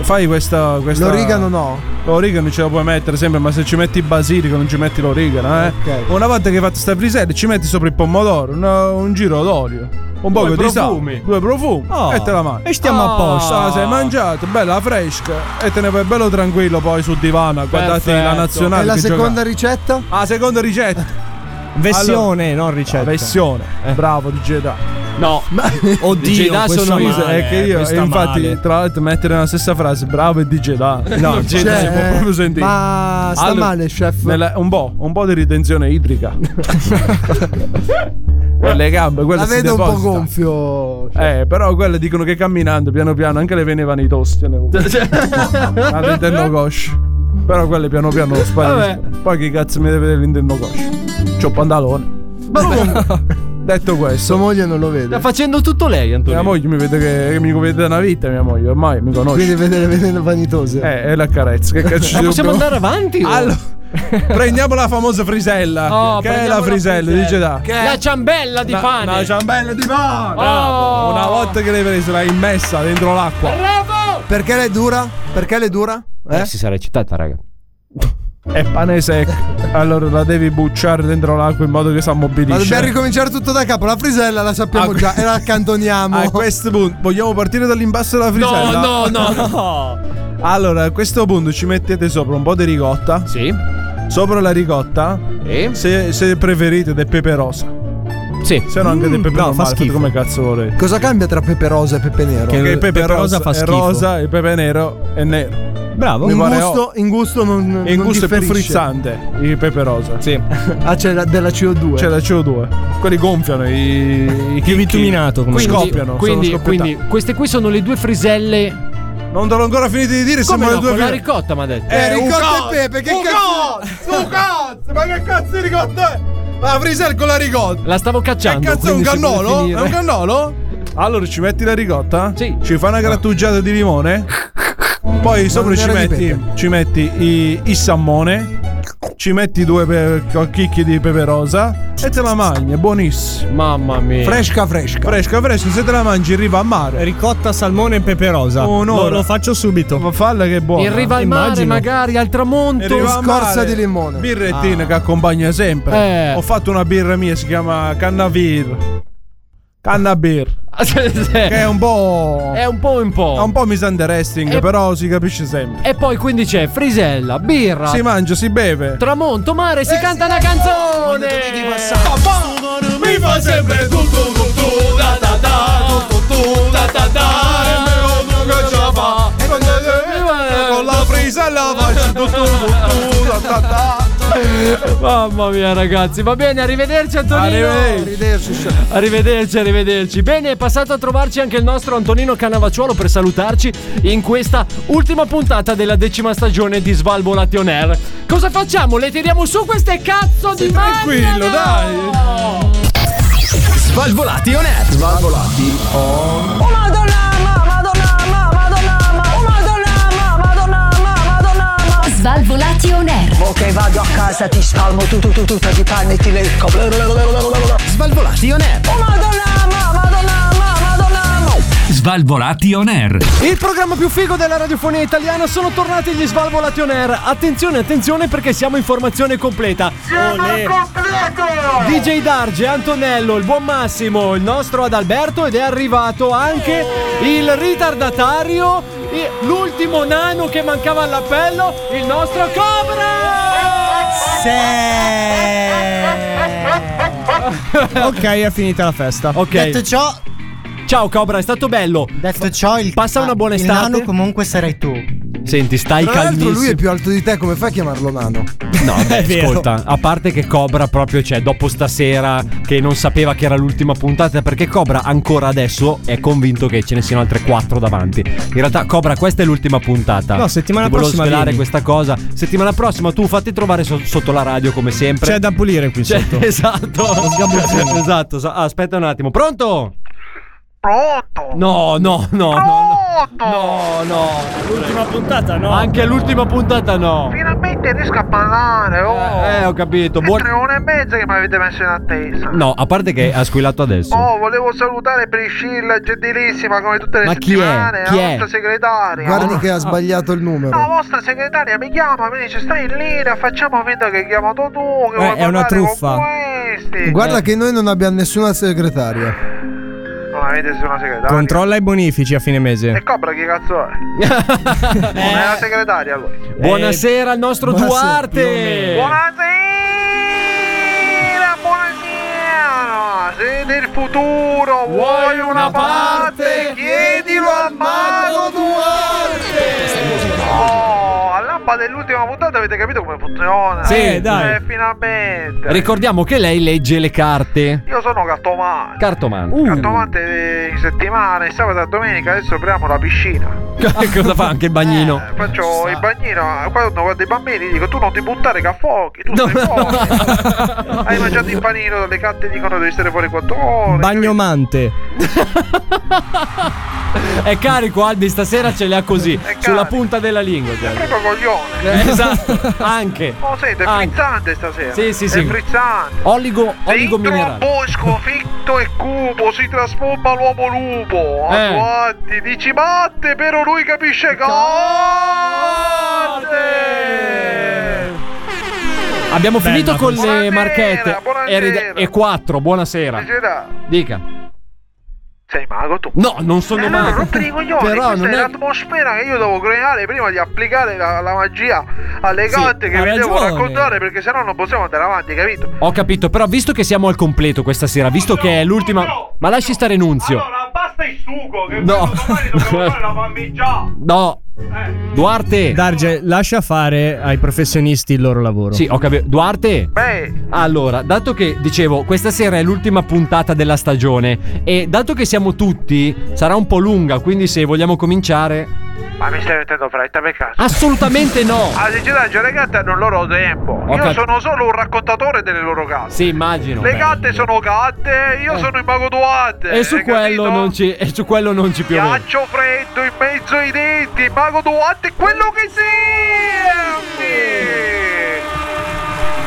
fai questa. questa...
L'origano no.
L'origano ce lo puoi mettere sempre, ma se ci metti il basilico non ci metti l'origano, eh.
Ok.
Una volta che hai fatto sta frisella, ci metti sopra il pomodoro, una- un giro d'olio, un po'
Due
di
profumi.
sale, due profumi
Oh.
e te la mangi.
E stiamo a posto.
Ah, sei mangiato, bella fresca e te ne vai bello tranquillo poi sul divano a guardarti la
Perfetto.
nazionale
E la
che gioca.
seconda ricetta?
Ah, seconda ricetta.
Versione, non ricetta. Eh.
Versione. Bravo DJ Da.
No,
Oddio,
DJ Da
questo
sono
male,
Scusa, è che io,
questa
infatti,
male.
tra l'altro, mettere nella stessa frase, bravo e DJ Da. No, non si
Cioè,
può proprio sentire.
Ma sta
Allora,
male, chef.
Nella- un po', un po' di ritenzione idrica. per le gambe, quella
La
si
vedo un po'
deposita.
gonfio.
Eh, però quelle dicono che camminando piano piano anche le venivano i tosti all'interno coscio. Però quelle piano piano spariscono. Poi che cazzo mi deve vedere l'interno coscio? C'ho pantalone. Detto questo,
Sua moglie non lo
Sta
vede.
facendo tutto lei,
mia
Antonio.
moglie mi vede che, che mi vede da una vita, mia moglie, ormai mi conosce.
Quindi vede le vene vanitose.
Eh, e la carezza. Che cazzo ci
Ma possiamo
dobbiamo-
andare avanti? o-
Allora. Prendiamo la famosa frisella.
Oh,
che è
prendiamo
la frisella? Dice da.
La ciambella di
La-
pane. Oh.
La ciambella di pane. Bravo. Una volta che l'hai presa, l'hai immessa dentro l'acqua.
Bravo!
Perché le dura? Perché le dura? Eh?
Si sarà eccitata, raga.
È pane secco. Allora la devi bucciare dentro l'acqua in modo che si
Ma dobbiamo
ammobilisce.
ricominciare tutto da capo. La frisella la sappiamo
Ah,
già e la
A
accantoniamo.
questo punto, vogliamo partire dall'imbasso della frisella?
No, no, no, no.
Allora, a questo punto ci mettete sopra un po' di ricotta.
sì.
Sopra la ricotta,
Sì.
se, se preferite, del pepe rosa.
Sì.
Se no, anche del pepe
no,
normale,
fa
fate
schifo.
come cazzo volete.
Cosa cambia tra pepe rosa e pepe nero?
Che il pepe,
pepe rosa
rosa,
fa
è
schifo.
rosa, il pepe nero è nero.
Bravo.
Mi
in,
pare
gusto, in gusto non. non
E il gusto è più
differisce.
frizzante, il pepe rosa. Cioè,
Sì.
Ah, c'è la- della CO2.
C'è la CO2. Quelli gonfiano, i, i
Più vituminato come
Quindi-
si
scoppiano,
Quindi,
sono
quindi queste qui sono le due friselle.
Non te l'ho ancora finito di dire,
Come
siamo
no,
alle due
con la
fino-
ricotta, mi ha detto.
Eh,
Eh,
ricotta
Ugo!
e pepe, che
Ugo!
cazzo?
Su cazzo, ma che cazzo di ricotta è? La frisella con la ricotta.
La stavo
Che
cacciando.
cazzo è un
quindi se vuoi
cannolo? È
finire-
un cannolo? Allora ci metti la ricotta?
Sì.
Ci fai una grattugiata di limone? Poi sopra ci
era di
metti,
pepe.
ci metti i, il salmone. Ci metti due pe- chicchi di pepe rosa e te la mangi, è buonissimo.
Mamma mia.
Fresca, fresca.
Fresca, fresca, se te la mangi in riva a mare.
Ricotta, salmone e pepe rosa.
Un'ora.
Lo, lo faccio subito.
Falla che è buona.
in riva al mare,
immagino.
magari al tramonto.
Arriva a
scorza
mare,
di limone.
Birrettina che accompagna sempre.
Eh.
Ho fatto una birra mia, si chiama Cannavir. Cannabir. Che è un po'.
È un po' un
è
po'.
un po' misunderstanding,
Eh.
però si capisce sempre.
E poi quindi c'è frisella, birra,
Ah.
Si mangia, si beve.
tramonto, mare,
Eh
si canta una canzone.
Mi fa sempre tu tu tu tu da da da tu tu tu da da da E me lo dico che ce la fa E con te- Con la frisella faccio tu tu tu tu da da da
Mamma mia ragazzi, va bene, arrivederci Antonino.
Arrivederci.
Arrivederci, chef.
Arrivederci, arrivederci. Bene, è passato a trovarci anche il nostro Antonino Canavacciuolo per salutarci in questa ultima puntata della decima stagione di Svalvolati On Air. Cosa facciamo? Le tiriamo su queste cazzo di mani?
tranquillo, dai.
Svalvolati on air.
Oh madonna, ma, madonna, ma, madonna, ma, oh madonna, ma, madonna, ma, madonna, ma.
Svalvolati on air.
Ok, vado a casa, ti spalmo tu tu tu tu di panni e ti lecco.
Svalvolati on air.
Oh madonna, ma, madonna, ma, madonna, ma.
Svalvolati on air.
Il programma più figo della radiofonia italiana sono tornati gli Svalvolati On Air. Attenzione, attenzione perché siamo in formazione completa. DJ Darge, Antonello, il buon Massimo, il nostro Adalberto ed è arrivato anche il ritardatario, e l'ultimo nano che mancava all'appello, il nostro Cobra!
Se- ok, è finita la festa.
Ok.
Detto ciò,
Ciao, Ciao Cobra, è stato bello. Passa una buona
il
estate.
nano comunque sarai tu.
Senti, stai
Tra l'altro
calmissimo.
lui è più alto di te, come fai a chiamarlo nano?
No,
È
beh,
vero.
ascolta, a parte che Cobra proprio, cioè, dopo stasera che non sapeva che era l'ultima puntata, perché Cobra ancora adesso è convinto che ce ne siano altre quattro davanti. In realtà, Cobra, questa è l'ultima puntata.
No, settimana
Ti volevo
prossima
svelare
vieni.
questa cosa. Settimana prossima tu fatti trovare so- sotto la radio come sempre.
C'è da pulire qui
C'è-
sotto.
Esatto. esatto. sa- ah, aspetta un attimo. Pronto? No, no, no, no. No, no. no.
Ah! L'ultima puntata, no?
Anche l'ultima puntata no.
Finalmente riesco a parlare, oh!
Eh, ho capito.
È
Buon...
tre ore e mezza che mi avete messo in attesa.
No, a parte che ha squillato adesso.
Oh, volevo salutare Priscilla, gentilissima come tutte le
Ma chi è?
settimane,
Chi
la
è?
vostra segretaria.
Guardi che ha sbagliato il numero.
La vostra segretaria mi chiama, mi dice stai in linea, facciamo finta che hai chiamato tu,
Eh,
che vuoi
è una
parlare con
truffa.
questi.
Guarda
Eh,
che noi non abbiamo nessuna segretaria.
Non avete nessuna segretaria.
Controlla i bonifici a fine
E
mese.
Cobra chi cazzo è? Non è la segretaria lui.
Buonasera al nostro
buonasera,
Eh, più o
Duarte.
meno.
Buonasera, buonasera. Siete il futuro. Vuoi una parte? Chiedilo a Mago Duarte. Oh, a lampa dell'ultima puntata avete capito come funziona?
Sì, dai.
Eh, finalmente.
Ricordiamo che lei legge le carte.
Io sono cartomante.
Cartomante.
Uh. Cartomante in settimana, il sabato e la domenica. Adesso apriamo la piscina.
Cosa fa anche il bagnino?
Faccio il bagnino. Quando guardo i bambini dico tu non ti buttare che a fuochi. Tu stai fuori. Hai mangiato il panino dalle carte dicono devi stare fuori 4 ore.
Bagnomante.
Eh.
È carico Albi, stasera ce le ha così. Sulla punta della lingua. cioè.
Proprio coglione.
Eh, Esatto, anche.
Oh, senti, è frizzante stasera.
Ah. Sì, sì,
È
sì.
frizzante.
Oligo, oligo
Dentro
minerale.
bosco fitto e cupo si trasforma l'uomo lupo.
Eh.
Avanti, dici batte, però lui capisce carte.
Abbiamo
Bella
finito con
questa.
le
Buonasera,
marchette. E,
buonasera.
e 4, buonasera.
Buonasera.
Dica.
Sei mago tu?
No, non sono
Eh, no,
mago.
rompere i coglioni,
Però
questa
non
è
è-
l'atmosfera che io devo creare prima di applicare la, la magia alle
Sì,
carte che
ha
vi devo
ragione.
raccontare perché sennò non possiamo andare avanti, capito?
Ho capito, però visto che siamo al completo questa sera, visto che è l'ultima... Ma lasci stare Nunzio.
Basta il sugo che
No. No.
Eh.
Duarte.
Darge, lascia fare ai professionisti il loro lavoro.
Sì, ho capito. Duarte?
Beh.
Allora, dato che dicevo, questa sera è l'ultima puntata della stagione e dato che siamo tutti, sarà un po' lunga, quindi se vogliamo cominciare...
Ma mi stai mettendo fretta per caso?
Ah,
Ah,
Assolutamente no!
A sinceramente cioè, le gatte hanno il loro tempo.
Ho
io
cap-
sono solo un raccontatore delle loro carte.
Sì, immagino.
le
beh.
gatte sono gatte, io sono il mago Duarte.
Eh. E su,
hai
quello
capito?
non ci, e su quello non ci piove.
Ghiaccio freddo in mezzo ai denti, mago Duarte, quello che senti!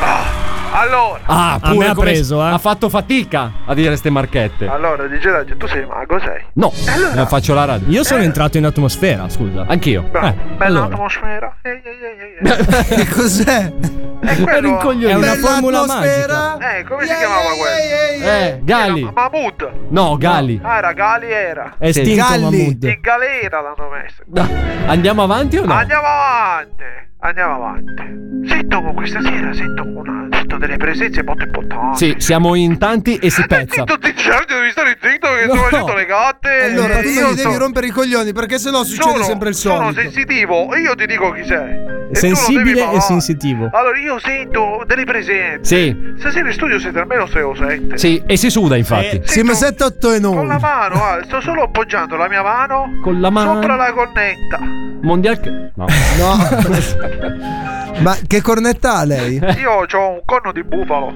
Ah, allora,
Ah,
A me
pure
ha
come-
preso,
ha fatto fatica a dire ste marchette.
allora dice Daggio, tu sei mago, sei?
No, non faccio la radio.
Io sono entrato in atmosfera, scusa.
Anch'io.
Eh,
Bella
allora.
atmosfera.
Che cos'è?
È quello.
È una formula
Eh, come si chiamava quello?
Eh, Gali. Eh.
Era Mahmood.
No, Gali.
Ah, era Gali era.
È estinto Gali. Mahmood.
In galera l'hanno messo.
Andiamo avanti o no?
Andiamo avanti. Andiamo avanto. Sento con questa sera, sento, una, sento delle presenze molto importanti.
Sì, siamo in tanti e si pezza.
Tutti certi devi stare zitto che sto facendo le gatte.
Allora, tu
Eh, io
non gli devi
so-
rompere i coglioni perché sennò succede
sono-
sempre il
Sono
solito.
sensitivo, io ti dico chi sei. E tu lo
Sensibile
devi
e
pagare.
sensitivo.
Allora, io sento delle presenze.
Sì.
Stasera in studio siete almeno 6 o 7.
Sì, e si suda
Eh.
infatti.
Siamo 7, 8 e 9.
Con la mano, ah, sto solo appoggiando la mia mano
Con la mano.
sopra la cornetta.
Mondial. No.
No. Ma che cornetta ha lei?
Eh.
Io ho un corno di bufalo.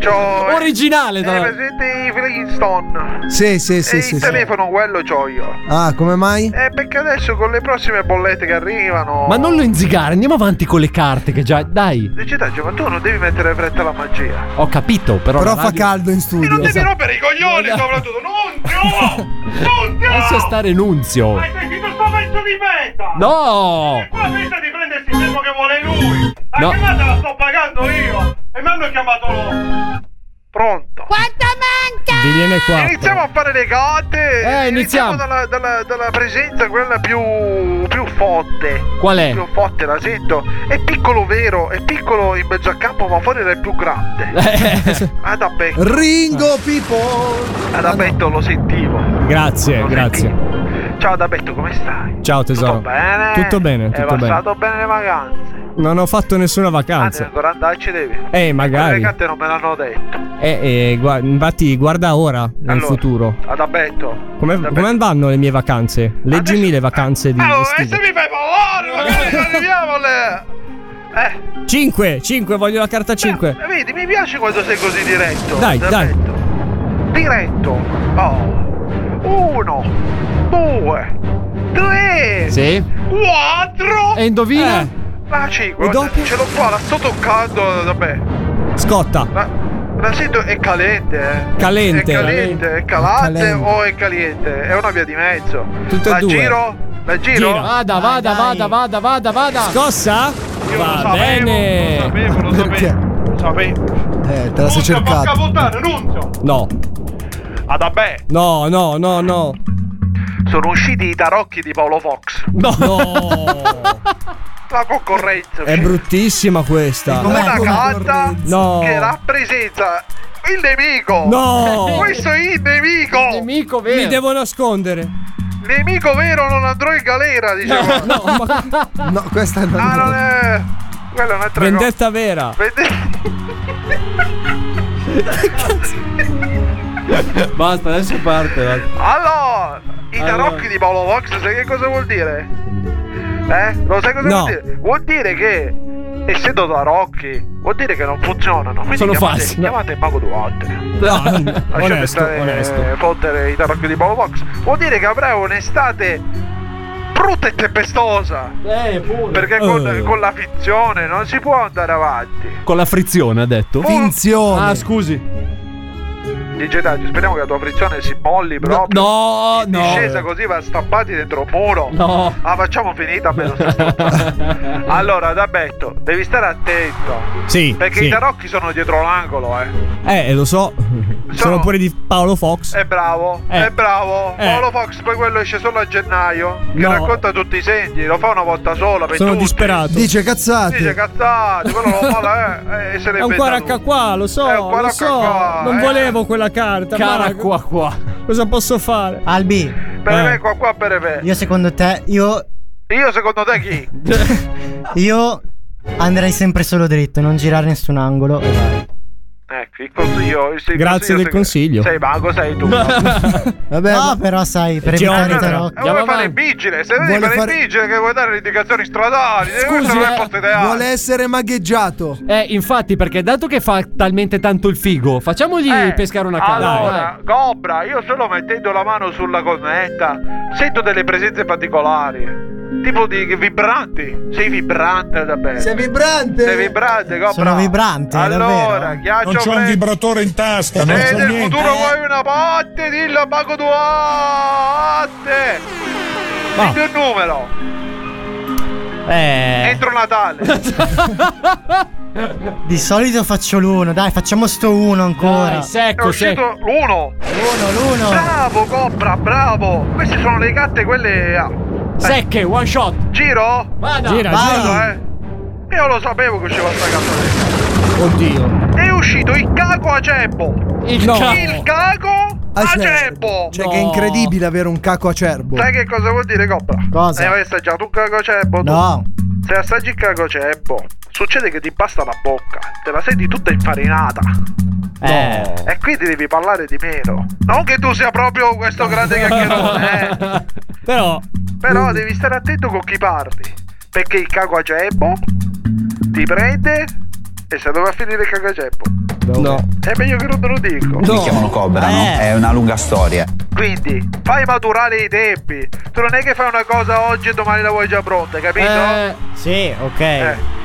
C'ho-
Originale,
eh, presente i Flintstone.
Sì, sì, sì,
e
sì, sì.
il telefono quello c'ho io.
Ah, come mai?
Eh, perché adesso con le prossime bollette che arrivano.
Ma non lo inzigare, andiamo avanti con le carte che già. Dai.
Dici, Daggio, ma tu non devi mettere fretta alla magia.
Ho capito, però.
Però
la
fa
radio-
caldo in studio.
Non devi rompere i coglioni, soprattutto. Non Non
Lascia stare Nunzio.
Hai sentito sto pezzo di merda?
No!
Qua pensa di prendersi il tempo che vuole lui. La
No.
chiamata la sto pagando io. E mi hanno chiamato loro. Pronto.
Quanto manca?
Sì, viene qua.
Iniziamo a fare le gatte.
Eh, iniziamo.
dalla, dalla- dalla presenza, quella più, più fotte.
Qual
Eh.
è?
Più fotte, la sento. È piccolo vero, è piccolo in mezzo a campo, ma fuori era il più grande.
Eh.
Ah, da petto.
Ringo Pippo.
Ah, da petto lo sentivo.
Grazie, Eh, grazie.
Ciao Dabetto, come stai?
Ciao tesoro.
Tutto bene?
Tutto bene,
È
tutto bene.
passato bene le vacanze.
Non ho fatto nessuna
Anzi,
vacanza.
ancora andarci devi.
Eh, magari.
Le carte non me l'hanno detto.
Eh, eh, gua- infatti, guarda ora, nel
Allora,
futuro.
Ah, Dabetto.
Come, come vanno le mie vacanze? Leggimi le vacanze di
Oh, e
estive.
se mi fai favore, magari arriviamo le... Eh,
5, 5, voglio la carta 5.
eh, vedi, mi piace quando sei così diretto.
Dai,
Dabetto.
dai.
Diretto. Oh. Uno, due, tre,
Sì.
quattro.
E indovina?
Eh,
La 5. Ce l'ho qua, la sto toccando, vabbè.
Scotta.
La, la sento è calente, eh.
Calente.
È calente, è calante o è caliente? È una via di mezzo.
Tutte e
la
due.
giro? La giro?
Vada, vada, vada, vada, vada, vada.
Scossa?
Va bene. Lo sapevo, lo sapevo. Lo sapevo.
Eh, te la sei cercata.
Capotano, Nunzio.
No,
Ah, vabbè.
no, no, no, no.
Sono usciti i tarocchi di Paolo Fox.
No.
La concorrenza.
È bruttissima questa.
una carta
No.
che rappresenta il nemico.
No.
Questo è il nemico.
nemico
Mi devo nascondere.
Nemico vero non andrò in galera, diciamo.
No,
No, questa non
Ah, non è... Quella è un'altra
Vendetta vera.
cosa. Vende-
Basta, adesso parte. va.
Allora, i tarocchi di Paolo Vox, sai che cosa vuol dire? Eh? Lo sai cosa
No.
vuol dire? Vuol dire che, essendo tarocchi, vuol dire che non funzionano. Quindi
Sono
chiamate,
falsi, no.
Chiamate il mago Duarte.
No,
Lasciate
onesto,
stare
onesto.
eh, fottere i tarocchi di Paolo Vox. Vuol dire che avrai un'estate brutta e tempestosa.
Eh, pure.
Perché con,
Oh.
Eh.
con la finzione non si può andare avanti.
Con la frizione ha detto.
Finzione.
Ah, scusi.
DJ Taggio, speriamo che la tua frizione si molli proprio.
No,
In discesa così va stampati dentro un muro.
No.
Ah, facciamo finita per lo stesso. allora, Dabetto, devi stare attento.
Sì,
Perché
sì.
i tarocchi sono dietro l'angolo, eh.
Eh, lo so. Sono pure di Paolo Fox.
È bravo,
Eh.
è bravo.
Eh.
Paolo Fox, poi quello esce solo a gennaio. Che
No.
racconta tutti i segni, lo fa una volta sola. Per
Sono
tutti.
disperato.
Dice cazzate.
Dice cazzate, quello lo fa, eh. eh, se l'è
È un
inventato.
quaracca qua, lo so,
È un
lo
quaracca
so.
qua,
non
eh.
volevo quella carta.
Cara
ma
qua qua.
Cosa posso fare?
Albi,
Bene,
eh,
bene, qua, qua, bene, bene.
io secondo te, io,
Io secondo te chi?
io andrei sempre solo dritto, non girare nessun angolo. e vai.
Ecco, il consiglio. il
Grazie del consiglio.
Sei mago, sei tu.
Vabbè, no, però sai, per
Geometra.
evitare i tarocchi.
Eh, vuole fare il vigile, se devi
Vuole
fare
fare-
il vigile che vuoi dare le indicazioni stradali, eh, questo
Scusi,
non è
eh,
il posto ideale.
Vuole essere magheggiato.
Eh, infatti, perché dato che fa talmente tanto il figo, facciamogli
Eh,
pescare una carta.
Allora,
dai.
Gobra, io solo mettendo la mano sulla cornetta sento delle presenze particolari. Tipo di vibranti. Sei vibrante da bene.
Sei vibrante.
Sei vibrante, Gobra.
Sono vibrante,
Allora,
davvero.
ghiaccio
Non c'ho un
freddo.
vibratore in tasca, non
Se
c'ho
nel
niente. Eh.
futuro vuoi una parte, dillo a Mago Duarte. Dimmi un numero.
Eh.
Entro Natale.
Di solito faccio l'uno, dai, facciamo sto uno ancora.
Dai,
È
eh, secco, secco.
uscito l'uno.
L'uno, l'uno.
Bravo, Cobra, bravo. Queste sono le gatte, quelle. ah,
Secche, one shot. Ah,
Giro?
Vada.
Gira,
Ah,
gira.
Eh. Io lo sapevo che usciva sta gatta.
Oddio.
È uscito il caco a ceppo.
Il no.
Il caco a ceppo.
Cioè, che è incredibile avere un caco acerbo.
Sai che cosa vuol dire, Eh, Cobra?
Cosa?
Hai mai assaggiato un caco a ceppo? tu?
No.
Se assaggi il caco a ceppo, eh, boh, succede che ti impasta la bocca. Te la senti tutta infarinata.
Eh.
E quindi devi parlare di meno. Non che tu sia proprio questo grande chiacchierone, eh.
Però
Però devi stare attento con chi parli. Perché il cagaceppo ti prende e se dove va a finire il cagaceppo?
no.
È meglio che non te lo dico.
No.
Cobra,
no?
È una lunga storia.
Quindi fai maturare i tempi. Tu non è che fai una cosa oggi e domani la vuoi già pronta, hai capito?
Eh,
Sì, ok.
Eh.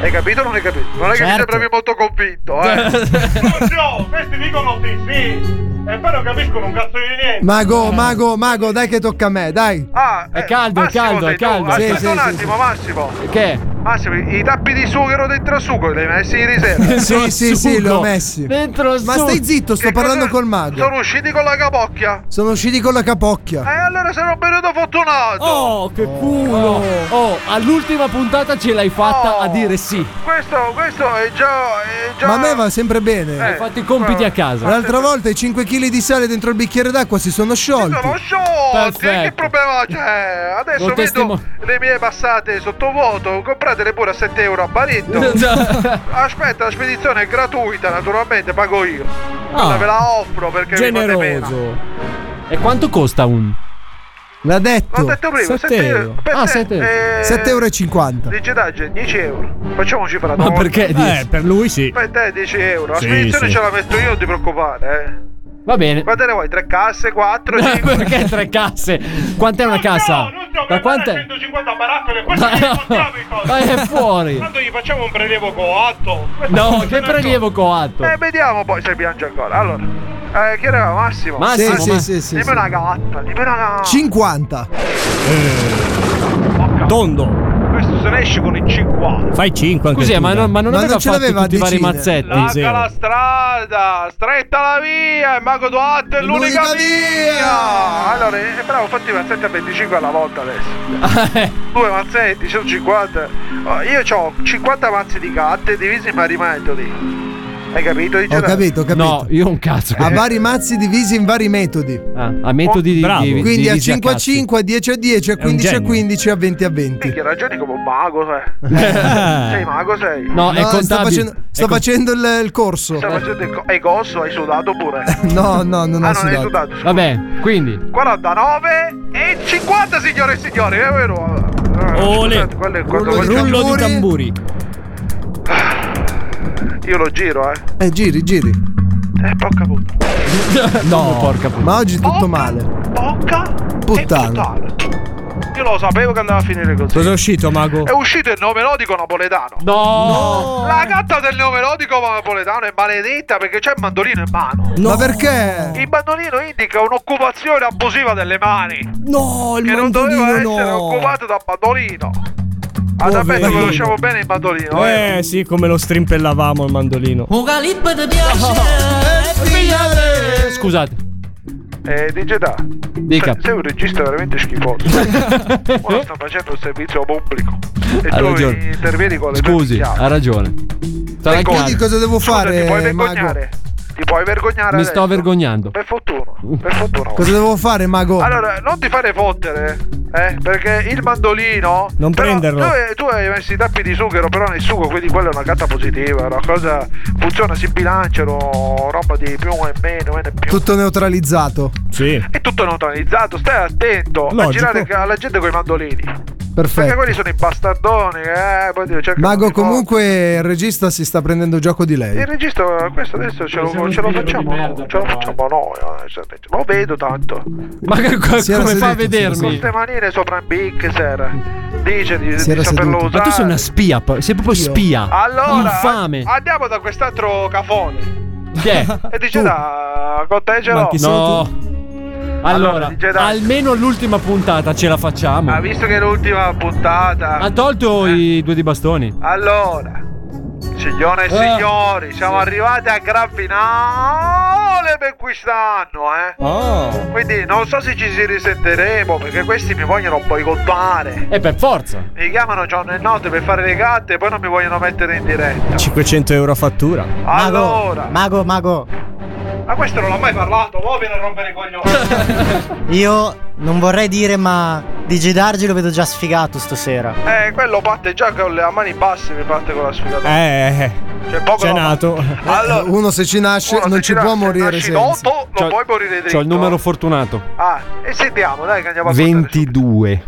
Hai capito o non hai capito? Non è che mi
Certo.
sembravi molto convinto, eh? no, questi dicono di sì. E poi non capiscono un cazzo di niente.
Mago, mago, mago, dai che tocca a me, dai.
Ah,
È caldo, è
Massimo
caldo, è
sei tu. Ah,
caldo.
Sì,
Aspetta
sì,
un
sì,
attimo, Massimo.
Che?
Massimo, i tappi di sughero dentro al sugo li hai messi ieri sera?
sì, sì, sì, li ho messi. Ma stai zitto, sto
Che
parlando
cosa-
col mago.
Sono usciti con la capocchia.
Sono usciti con la capocchia.
E allora sono venuto fortunato.
Oh, che culo! Oh, all'ultima puntata ce l'hai fatta
Oh.
a dire sì.
Questo, questo è già. È Eh, già...
Ma a me va sempre bene.
Eh, Hai fatto i compiti
a casa.
L'altra volta i 5 kg di sale dentro il bicchiere d'acqua si sono sciolti.
Sono sciolti, che
Perfetto.
problema c'è? Adesso
Lo
vedo
testimo-
le mie passate sottovuoto, compratele pure a 7 euro a baretto. Aspetta, la spedizione è gratuita, naturalmente pago io.
Ah.
Guarda, ve la offro perché mi fate pena.
E quanto costa un?
L'ha detto.
L'ho detto prima, 7 euro. Per
Ah,
te,
7
eh,
euro.
7,50 euro. e 50.
Digitaggio 10 euro. Facciamoci fra
Ma perché? Eh, per lui sì.
Per te 10 euro. La
Sì,
spedizione
sì.
ce la metto io, non ti preoccupare. Eh.
Va bene.
Quante ne vuoi? 3 casse, 4, 5?
Perché tre casse? Quant'è una cassa? Da quant'è?
150 barattole,
Ma no, ma è fuori.
Tanto gli facciamo un prelievo coatto.
No, che prelievo coatto.
Eh, vediamo poi se piange ancora. Allora, eh, chi era Massimo?
Massimo, Sì, sì, ma- sì, sì,
Dimmi
sì.
una gatta, dimmi una gatta.
50.
Tondo.
Questo se ne esce con il 50.
Fai 5 anche
Così,
tu,
ma
dai.
non- ma non Ma aveva non ce fatto l'aveva a tutti i vari decine. mazzetti?
Eh,
Larga la strada, stretta la via, il mago Duat è l'unica,
L'unica
via. Allora, eh, bravo, fatti i mazzetti a 25 alla volta
Eh.
adesso. Due mazzetti, sono 50. Oh, Io ho 50 mazzi di gatte divisi in vari metodi. Hai capito?
Ho capito, ho capito.
No, io un cazzo.
Ah.
A vari mazzi divisi in vari metodi.
Ah, a metodi di, di-
Quindi a
divisi
5 a
cazzo.
5, a 10 a 10, a
un
15 a
genio.
15, a 20 a 20.
Che ragioni come un mago, sei. sei mago, sei.
Sta facendo, sta facendo il, il corso.
Sta facendo il co- hai cosso, hai sudato pure.
No, no, non
Ah,
ho
non hai
sudato.
sudato.
Vabbè, quindi.
49 e 50 signore e signori, è vero? Ah,
Ole.
Scusate, quello è quando
Rullo,
voglio-
rullo di tamburi.
Io lo giro, eh.
Eh, giri, giri.
Eh, porca puttana.
No, porca Ma oggi è
Oh.
tutto male.
Porca
Puttana.
Io lo sapevo che andava a finire così.
Cos'è uscito, mago?
È uscito il neo melodico napoletano.
No!
La gatta del neo melodico napoletano è maledetta perché c'è il mandolino in mano.
Ma perché?
Il bandolino indica un'occupazione abusiva delle mani.
No,
che non doveva
mandolino
essere
no.
occupato da bandolino. Ah, sapete,
Poverino.
conosciamo bene il bandolino. Eh.
Eh sì, come lo strimpellavamo il mandolino.
Un galip di piace.
Scusate.
Eh, digita.
Dica.
Sei, sei un regista veramente schifoso. Ora sta facendo un servizio pubblico. E
Ha
tu
ragione.
intervieni con le tue
Scusi,
minchiate.
ha ragione. Sarà
Vergogna.
chiaro.
Scusa, Ti
eh,
puoi vergognare? Ti puoi vergognare?
Mi sto
adesso?
vergognando.
Per fortuna, per fortuna.
Cosa devo fare, mago?
Allora, non ti fare fottere, eh? Perché il mandolino.
Non
però
prenderlo.
Tu, tu hai messo i tappi di sughero, però nel sugo, quindi quella è una gatta positiva. Una cosa funziona, si bilanciano, roba di più e meno, meno e più.
Tutto neutralizzato.
Sì.
È tutto neutralizzato, stai attento a
Logico.
girare ca- alla gente con i mandolini. Perché
Perfetto.
quelli sono i bastardoni, eh? Poi devo cercare.
Mago, comunque, il regista si sta prendendo gioco di lei.
Il registro, questo adesso ce lo, ce lo facciamo, ce lo facciamo noi. eh, se- Lo vedo tanto.
Ma che- co-
Si era
come fa a
seduto, si era
vedermi?
Con queste manine sopra in big, sera. Dice di, di
Si era
saperlo
seduto.
usare.
Ma tu sei una spia, pa- sei proprio spia.
Allora, Ah,
infame.
a- andiamo da quest'altro cafone.
Chi è?
E dice da con te ce l'ho.
No. Allora,
dice dai. Ah,
almeno l'ultima puntata ce la facciamo.
Ha visto che è l'ultima puntata.
Ha tolto i due di bastoni.
Allora, signore e
Eh.
signori, siamo arrivati a gran finale per quest'anno, eh.
Oh.
Quindi non so se ci si risenteremo perché questi mi vogliono boicottare.
E per forza.
Mi chiamano giorno e notte per fare le gatte e poi non mi vogliono mettere in diretta.
500 euro a fattura.
Allora,
Mago, mago,
ma questo non l'ho mai parlato, mo' viene a rompere i coglioni.
io non vorrei dire, ma DJ Dargi lo vedo già sfigato stasera.
eh, quello parte già con le a mani basse, mi parte con la sfigata.
Eh.
C'è poco da Allora,
uno se ci nasce non ci può morire
nasci
senza.
dopo, non puoi morire dritto.
C'ho il numero fortunato.
Ah, e sentiamo, dai, che andiamo a
22.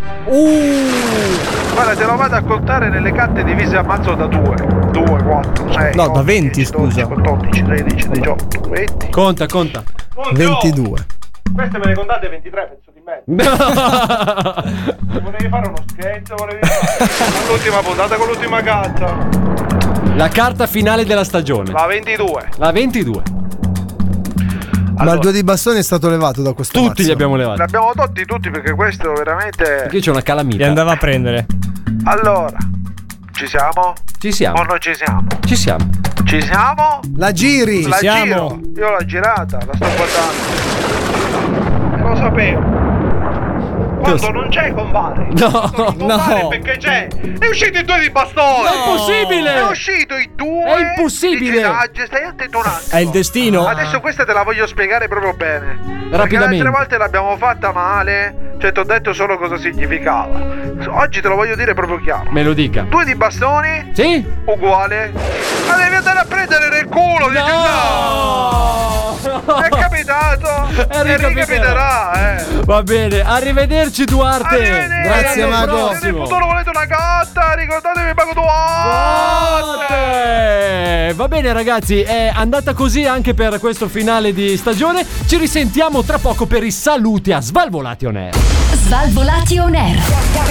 contare. Guarda, te lo vado a contare nelle carte divise a mazzo da 2. 2, 4, 6.
No, da 20, scusa.
14, 13, 18, 20.
Conta, conta.
22.
Queste me ne contate 23, pezzo di merda. volevi fare uno scherzo, volevi fare. Con l'ultima puntata con l'ultima carta.
La carta finale della stagione.
La 22.
La 22.
Ma il due di bastoni è stato levato da questo
Tutti li abbiamo levati.
L'abbiamo tolti tutti perché questo veramente.
Qui c'è una calamita.
Li andava a prendere.
Allora, Ci siamo?
Ci siamo.
O non ci siamo?
Ci siamo.
Ci siamo?
La giri.
La giro. Io l'ho girata, la sto guardando. Lo sapevo. Quando non c'è compare.
No,
Quando non compare Perché c'è? È uscito i due di bastone.
No. È impossibile.
È uscito i due. È
impossibile.
Stai attento un attimo.
È il destino.
Adesso questa te la voglio spiegare proprio bene. Perché
Rapidamente.
Altre volte l'abbiamo fatta male, cioè ti ho detto solo cosa significava. Oggi te lo voglio dire proprio chiaro.
Me lo dica.
Due di bastoni?
Sì.
Uguale. Ma devi andare a prendere nel culo, dici no! È capitato!
È
e
ricapitato.
ricapiterà, eh! Ah,
Va bene, arrivederci Duarte.
Arrivederci, Se nel futuro volete una gatta, ricordatevi Mago Duarte!
Eh, Va bene ragazzi, è andata così anche per questo finale di stagione. Ci risentiamo tra poco per i saluti a Svalvolati On Air.
Svalvolati on air.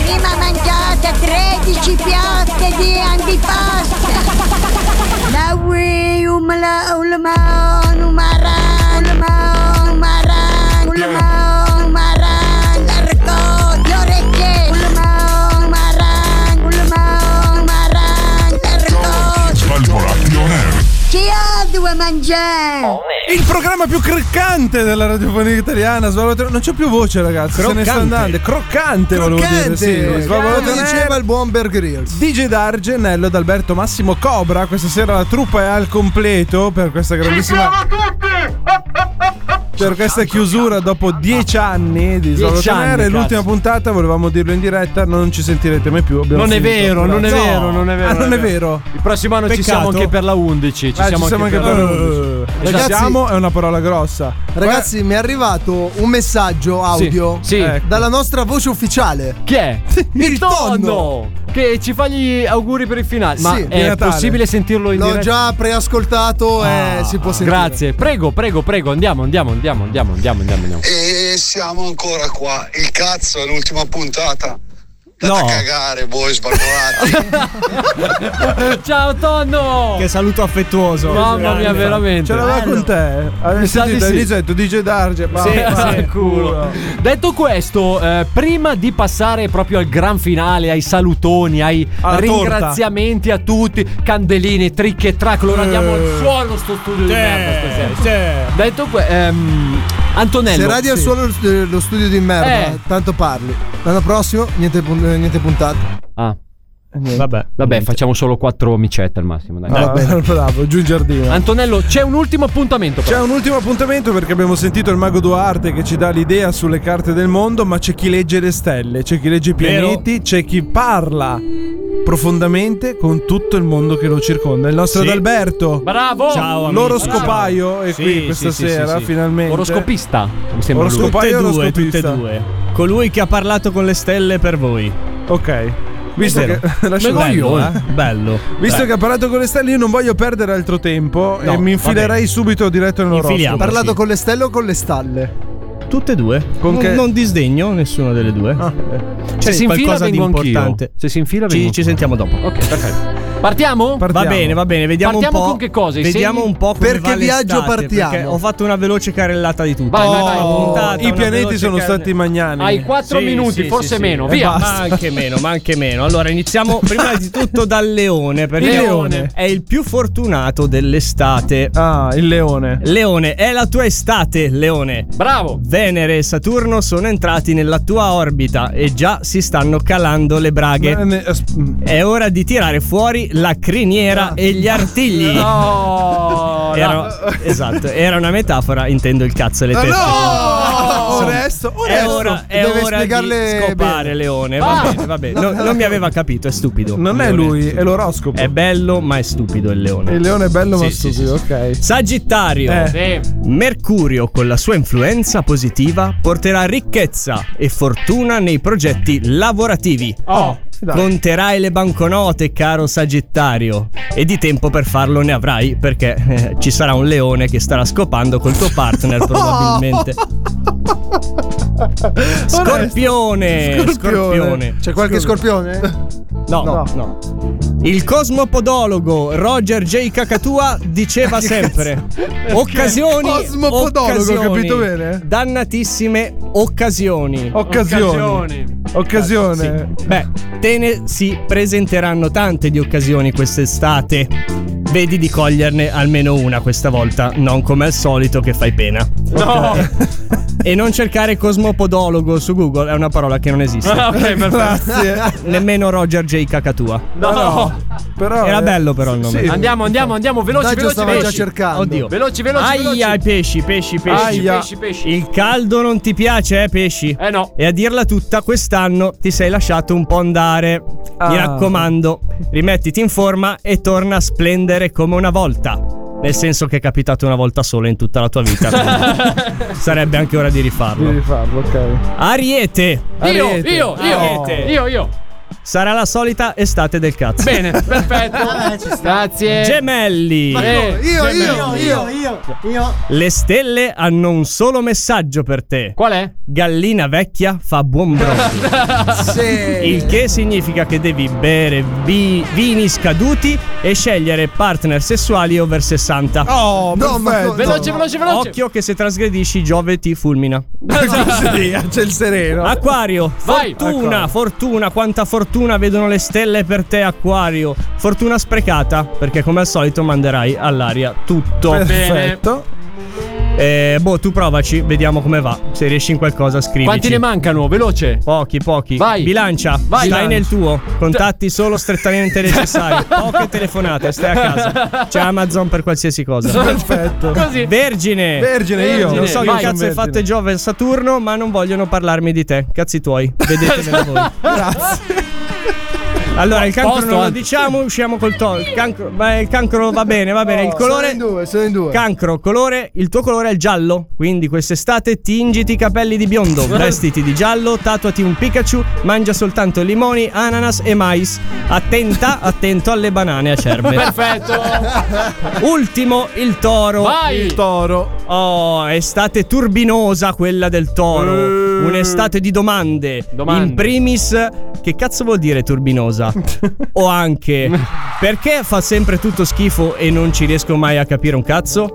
Prima mangiate 13 piatte di antipasto. La ui umla ulma numara ulma numara ulma numara largo le orecchie ulma numara ulma numara largo.
Svalvolati on air.
Chi ha due mangiare?
Il programma più croccante della radiofonia italiana, Svalvolate- Non c'è più voce, ragazzi. Se ne sta
Croccante.
andando. Croccante, volevo dire. Sì,
Croccante.
Svalvolate
Come
on
diceva
air.
il buon Bear Grylls.
DJ D'Argenello d'Alberto Massimo Cobra. Questa sera la truppa è al completo per questa grandissima. Per questa chiusura dopo dieci anni di
Dieci
Svalvolate on air.
anni,
È l'ultima puntata, volevamo dirlo in diretta. Non ci sentirete mai più. abbiamo
Non è
finito.
vero, non è
No.
vero, non è vero.
Ah, non è vero.
Il prossimo anno ci
Peccato.
siamo anche per la 11. Ci
Ah,
siamo anche per la 11.
Eh,
Ci
Ci
siamo?
siamo è una parola grossa.
Ragazzi, mi è arrivato un messaggio audio
sì.
Eh.
Ecco.
dalla nostra voce ufficiale.
Chi è? Il tonno! Che ci fa gli auguri per il finale. Ma
Sì, di
è
Natale.
possibile sentirlo in
L'ho
diretta?
già preascoltato e si può sentire.
Ah, Grazie, prego, prego, prego. Andiamo, andiamo, andiamo, andiamo, andiamo, andiamo. andiamo.
E siamo ancora qua. Il cazzo è l'ultima puntata. Andate
No.
a cagare voi sbarbolati.
Ciao Tonno!
Che saluto affettuoso.
Mamma mia, veramente.
Ce l'aveva con te.
Mi sa
Avessi
di
sentito,
sì.
hai detto DJ Darge. ma
Sì,
fa
sì,
il
culo. Detto questo, eh, prima di passare proprio al gran finale, ai salutoni, ai
Alla
ringraziamenti a tutti, candeline, trick e track, lo andiamo
Eh.
al suolo. sto studio di
Sì,
merda stasera. Detto que- ehm, Antonello.
Se radio è
Sì.
solo lo- lo studio di merda,
Eh.
tanto parli. L'anno prossimo, niente, pun- eh, niente puntate.
Ah.
Vabbè,
facciamo solo quattro micette al massimo. Dai.
Eh, Ah, bravo, giù in giardino.
Antonello, c'è un ultimo appuntamento.
C'è un ultimo appuntamento perché abbiamo sentito il mago Duarte che ci dà l'idea sulle carte del mondo, ma c'è chi legge le stelle, c'è chi legge i
Vero.
pianeti, c'è chi parla profondamente con tutto il mondo che lo circonda. Il nostro
Sì.
Adalberto.
Bravo! Ciao, amico.
L'oroscopaio è
Sì,
qui
sì,
questa
sì,
sera,
sì, sì.
finalmente.
Oroscopista, mi sembra lui.
Oroscopaio e
tutte e due,
oroscopista.
tutte e due. Colui che ha parlato con le stelle per voi.
Ok. Visto
Vero.
che- lasciamo-
bello,
Bello,
eh.
eh.
bello.
Visto
Beh.
che ha parlato con le stelle, io non voglio perdere altro tempo
No,
e mi
va
infilerei
bene.
subito diretto nell'oroscopo.
Infiliamo,
Parlato
sì.
con le stelle o con le stalle?
Tutte e due.
Con
non,
che- Ah.
non disdegno nessuna delle due.
Se si infila,
qualcosa di
vengo anch'io.
importante.
Se si infila, vengo
ci, ci sentiamo dopo.
Ok, perfetto. Partiamo?
Va bene, va bene, vediamo
Partiamo
un po'.
con che cosa? I
Vediamo
segni?
un po' come va l'estate, perché ho fatto una veloce carrellata di tutto.
Vai, vai, vai.
Oh, I pianeti sono stati magnani.
Hai quattro minuti, forse meno, via.
Ma anche meno, ma anche meno. Allora,
Oh,
iniziamo prima di tutto dal leone, perché
Il leone.
è il più fortunato dell'estate.
Ah, il leone.
Leone, è la tua estate, Leone.
Eh, Bravo.
Venere e Saturno sono entrati nella tua orbita e già si stanno calando le braghe.
Ma ne- as-
È ora di tirare fuori la criniera e gli artigli.
Ah. No,
Era-
no.
Esatto, era una metafora, intendo il cazzo e le tette.
Onesto,
È
onesto.
ora, è
Deve
ora
spiegarle
di scopare
bene.
Leone.
Ah,
Va bene, va bene. No, non mi aveva capito, è stupido.
Non è
Leone
lui,
stupido.
è l'oroscopo.
È bello, ma è stupido il leone.
Il leone è bello ma
Sì, sì,
stupido, ok.
Sagittario.
Eh.
Mercurio con la sua influenza positiva porterà ricchezza e fortuna nei progetti lavorativi.
Oh, dai.
Conterai le banconote, caro Sagittario. E di tempo per farlo ne avrai, perché eh, ci sarà un leone che starà scopando col tuo partner, probabilmente. Scorpione! eh,
Scorpione. C'è qualche scorpione?
No, no. Il cosmopodologo Roger J. Cacatua diceva sempre:
Perché?
Occasioni.
Cosmopodologo,
occasioni,
capito bene?
Dannatissime occasioni.
Occasioni. Occasione.
Sì. Beh, te ne si presenteranno tante di occasioni quest'estate. Vedi di coglierne almeno una questa volta, non come al solito che fai pena.
No.
E non cercare cosmopodologo su Google è una parola che non esiste.
Ah, ok, perfetto. Grazie.
Nemmeno Roger J. Cacatua.
No, no.
Però,
eh,
Era bello però il nome.
Andiamo, andiamo, andiamo, veloci,
Daggio
veloci,
Eh, stava già
veloci.
cercando. Oddio.
Veloci, veloci, veloci.
Aia, i pesci, pesci, pesci,
Aia.
pesci, pesci. Il caldo non ti piace, eh, pesci? Eh no. E a dirla tutta, quest'anno ti sei lasciato un po' andare. Mi
Ah.
raccomando, rimettiti in forma e torna a splendere come una volta. Nel senso che è capitato una volta sola in tutta la tua vita. quindi Sarebbe anche ora di rifarlo.
Devi farlo, ok.
Ariete.
Io,
Ariete.
io, io,
Ariete.
io,
Sarà la solita estate del cazzo.
Bene, perfetto. Grazie.
Gemelli.
Eh,
Io, io,
gemelli.
io, io, io.
Le stelle hanno un solo messaggio per te. Qual è? Gallina vecchia fa buon bronzo.
Sì.
Il che significa che devi bere vi- vini scaduti e scegliere partner sessuali over 60.
Oh, No, ma perfetto. co-
Veloce, veloce, veloce.
Occhio che se trasgredisci Giove ti fulmina.
C'è il sereno.
Acquario,
Vai.
fortuna,
Acquario.
fortuna, quanta fortuna vedono le stelle per te, Acquario. Fortuna sprecata, perché come al solito manderai all'aria tutto.
Perfetto.
Eh, boh, tu provaci, vediamo come va. Se riesci in qualcosa, scrivici.
Quanti ne mancano? Veloce.
Pochi, pochi.
Vai.
Bilancia,
Vai. Cioè-
stai
Bilancia.
nel tuo. Contatti solo strettamente necessari. Poche telefonate, stai a casa. C'è Amazon per qualsiasi cosa.
Perfetto.
Così.
Vergine.
Vergine, io.
Non so che
Vai.
cazzo è
Vergine.
fatto Giove e Saturno, ma non vogliono parlarmi di te. Cazzi tuoi. Vedetene voi. Allora, il cancro
Posto,
non lo
anzi.
diciamo, usciamo col toro. Il cancro, beh, il cancro va bene, va bene.
No,
il colore.
sono in due, sono in due.
Cancro, colore, il tuo colore è il giallo. Quindi quest'estate tingiti i capelli di biondo, vestiti di giallo, tatuati un Pikachu, mangia soltanto limoni, ananas e mais. Attenta, attento alle banane acerbe.
Perfetto.
Ultimo, il toro.
Vai! Il
toro. Oh, estate turbinosa quella del toro.
Eh.
Un'estate di domande.
Domande.
In primis, che cazzo vuol dire turbinosa? o anche, perché fa sempre tutto schifo e non ci riesco mai a capire un cazzo?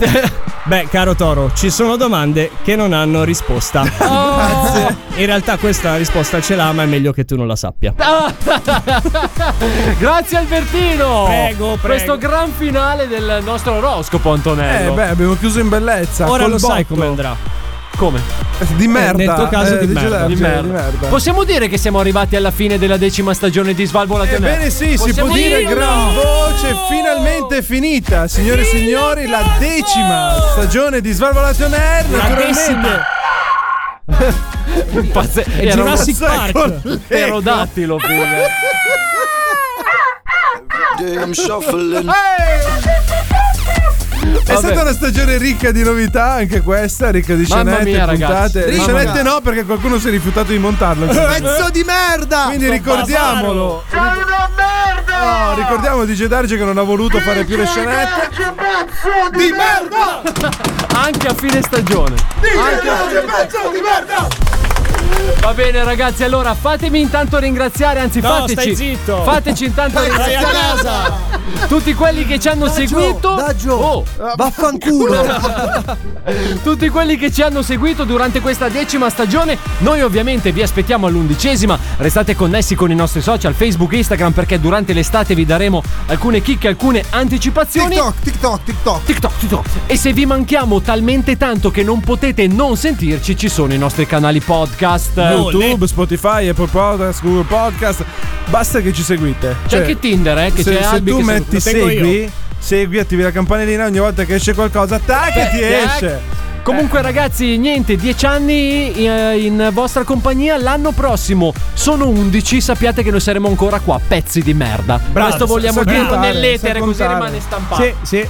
Beh, caro toro, ci sono domande che non hanno risposta. Oh. In realtà questa risposta ce l'ha, ma è meglio che tu non la sappia.
Grazie Albertino.
Prego, prego.
Questo gran finale del nostro oroscopo, Antonello.
Eh, beh, abbiamo chiuso in bellezza.
Ora
col
lo sai
botto.
come andrà. Come?
Di merda.
Nel tuo caso
eh,
di,
di
merda.
merda,
Di
sì,
merda.
di merda.
Possiamo dire che siamo arrivati alla fine della decima stagione di Svalvolazione?
Ebbene sì, si può dire gran voce, finalmente è finita. Signore e signori, la decima stagione di Svalvolation Air.
La
Naturalmente.
decima. Pazze-
È
era un-
Jurassic Park.
Pterodattilo, figa.
È stata una stagione ricca di novità, anche questa, ricca di
Mamma
scenette,
mia, ragazzi.
puntate.
Mamma
Scenette
mia.
no, perché qualcuno si è rifiutato di montarlo. Cioè,
Pezzo di merda!
Quindi ricordiamolo.
Sono
una merda! No, ricordiamo di Gedarge che non ha voluto fare più le scenette.
Pezzo di merda!
Anche a fine stagione. Anche a fine-
Pezzo di merda!
Va bene ragazzi, allora fatemi intanto ringraziare, anzi
No,
fateci
stai zitto.
Fateci intanto
Vai a
ringraziare
casa.
Tutti quelli che ci hanno seguito Oh. Tutti quelli che ci hanno seguito durante questa decima stagione, noi ovviamente vi aspettiamo all'undicesima. Restate connessi con i nostri social, Facebook, Instagram, perché durante l'estate vi daremo alcune chicche, alcune anticipazioni. TikTok,
TikTok, TikTok.
TikTok, TikTok. E se vi manchiamo talmente tanto che non potete non sentirci, ci sono i nostri canali podcast.
YouTube, Spotify, Apple Podcast, Google Podcast. Basta che ci seguite. Cioè,
C'è anche Tinder, eh, che
se,
c'è
se
Albi
tu
che se-
metti
lo tengo
segui,
io.
segui, attivi la campanellina ogni volta che esce qualcosa, tac, e ti
Beh, Eh, tac.
esce.
Comunque, ragazzi, niente, 10 anni eh, in vostra compagnia. L'anno prossimo sono 11. Sappiate che noi saremo ancora qua, pezzi di merda. Questo vogliamo dirlo nell'etere, così rimane stampato.
Sì, sì.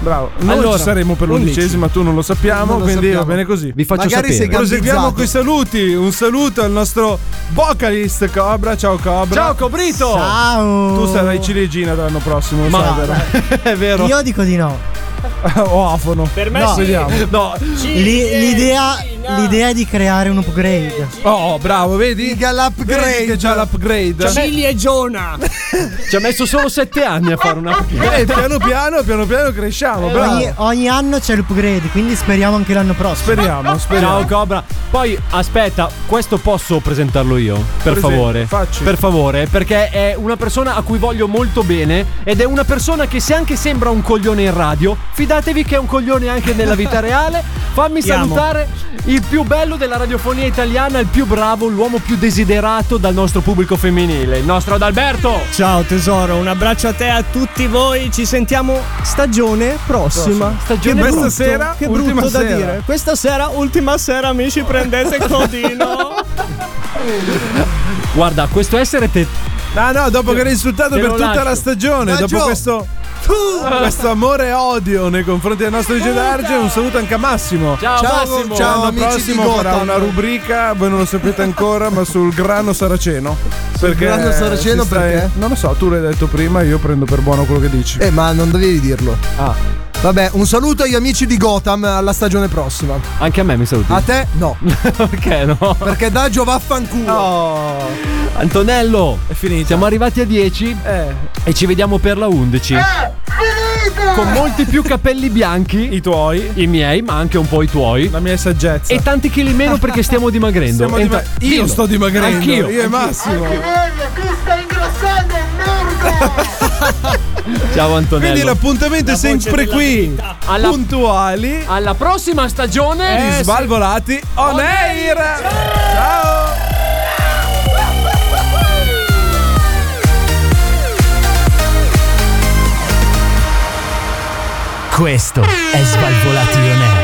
Bravo. Noi
Allora,
ci saremo per l'undicesima, tu non lo sappiamo,
Non lo
quindi
sappiamo.
va bene così.
Vi faccio Magari sapere. sei
Proseguiamo
gabbizzato.
con i saluti. Un saluto al nostro vocalist Cobra. Ciao Cobra.
Ciao, Cobrito.
Ciao.
Tu sarai ciliegina l'anno prossimo, lo
Ma-
sai, vero? È vero.
Io dico di no.
o afono.
Per me No. sì.
Vediamo.
No.
Li- l'idea l'idea di creare un upgrade.
Oh, bravo, vedi? Mica
l'upgrade.
già l'upgrade.
Gigli e Giona.
Ci ha messo solo sette anni a fare una Eh, piano piano, piano piano cresciamo, bravo.
ogni, ogni anno c'è l'upgrade, quindi speriamo anche l'anno prossimo.
Ciao Cobra. Poi aspetta, questo posso presentarlo io? Per
Presenta,
favore.
facci.
Per favore, perché è una persona a cui voglio molto bene ed è una persona che se anche sembra un coglione in radio, fidatevi che è un coglione anche nella vita reale. Fammi
Ti amo.
salutare il più bello della radiofonia italiana, il più bravo, l'uomo più desiderato dal nostro pubblico femminile, il nostro Adalberto.
Ciao tesoro, un abbraccio a te e a tutti voi. Ci sentiamo stagione prossima.
Prossima. Stagione
che
Questa
brutto,
sera,
che
ultima
brutto da
sera.
dire. Questa sera, ultima sera, amici, prendete Codino.
Guarda, questo essere te.
Ah no, dopo che l'hai insultato
Te
per
lo
tutta
lascio.
la stagione,
Ma
dopo
Gio,
questo. Questo amore e odio nei confronti del nostro DJ Darge, un saluto anche a Massimo.
Ciao, Massimo.
ciao
Ciao,
l'anno
amici di
prossimo farà
Gotham.
una rubrica, voi non lo sapete ancora, ma sul grano saraceno.
grano saraceno
si sta-
perché?
Non lo so, tu l'hai detto prima, io prendo per buono quello che dici.
Eh, ma non dovevi dirlo.
Ah.
Vabbè, un saluto agli amici di Gotham alla stagione prossima.
Anche a me mi saluti.
Ah,
A te no.
Perché no?
Perché Daggio vaffanculo.
Antonello, è Eh. finito. Siamo arrivati a 10 e ci vediamo per la 11. Con molti più capelli bianchi. I tuoi. I miei, ma anche un po' i tuoi. La
mia saggezza.
E tanti chili meno perché stiamo dimagrendo.
Stiamo
Entra-
dima- io
Dillo.
sto dimagrendo,
Anch'io.
io e Massimo.
tu stai ingrossando il
Ciao Antonello.
Quindi l'appuntamento è sempre qui.
Alla-
puntuali.
Alla prossima stagione. Eh,
Di Svalvolati Eh, on, air.
Questo è Svalvolation Air.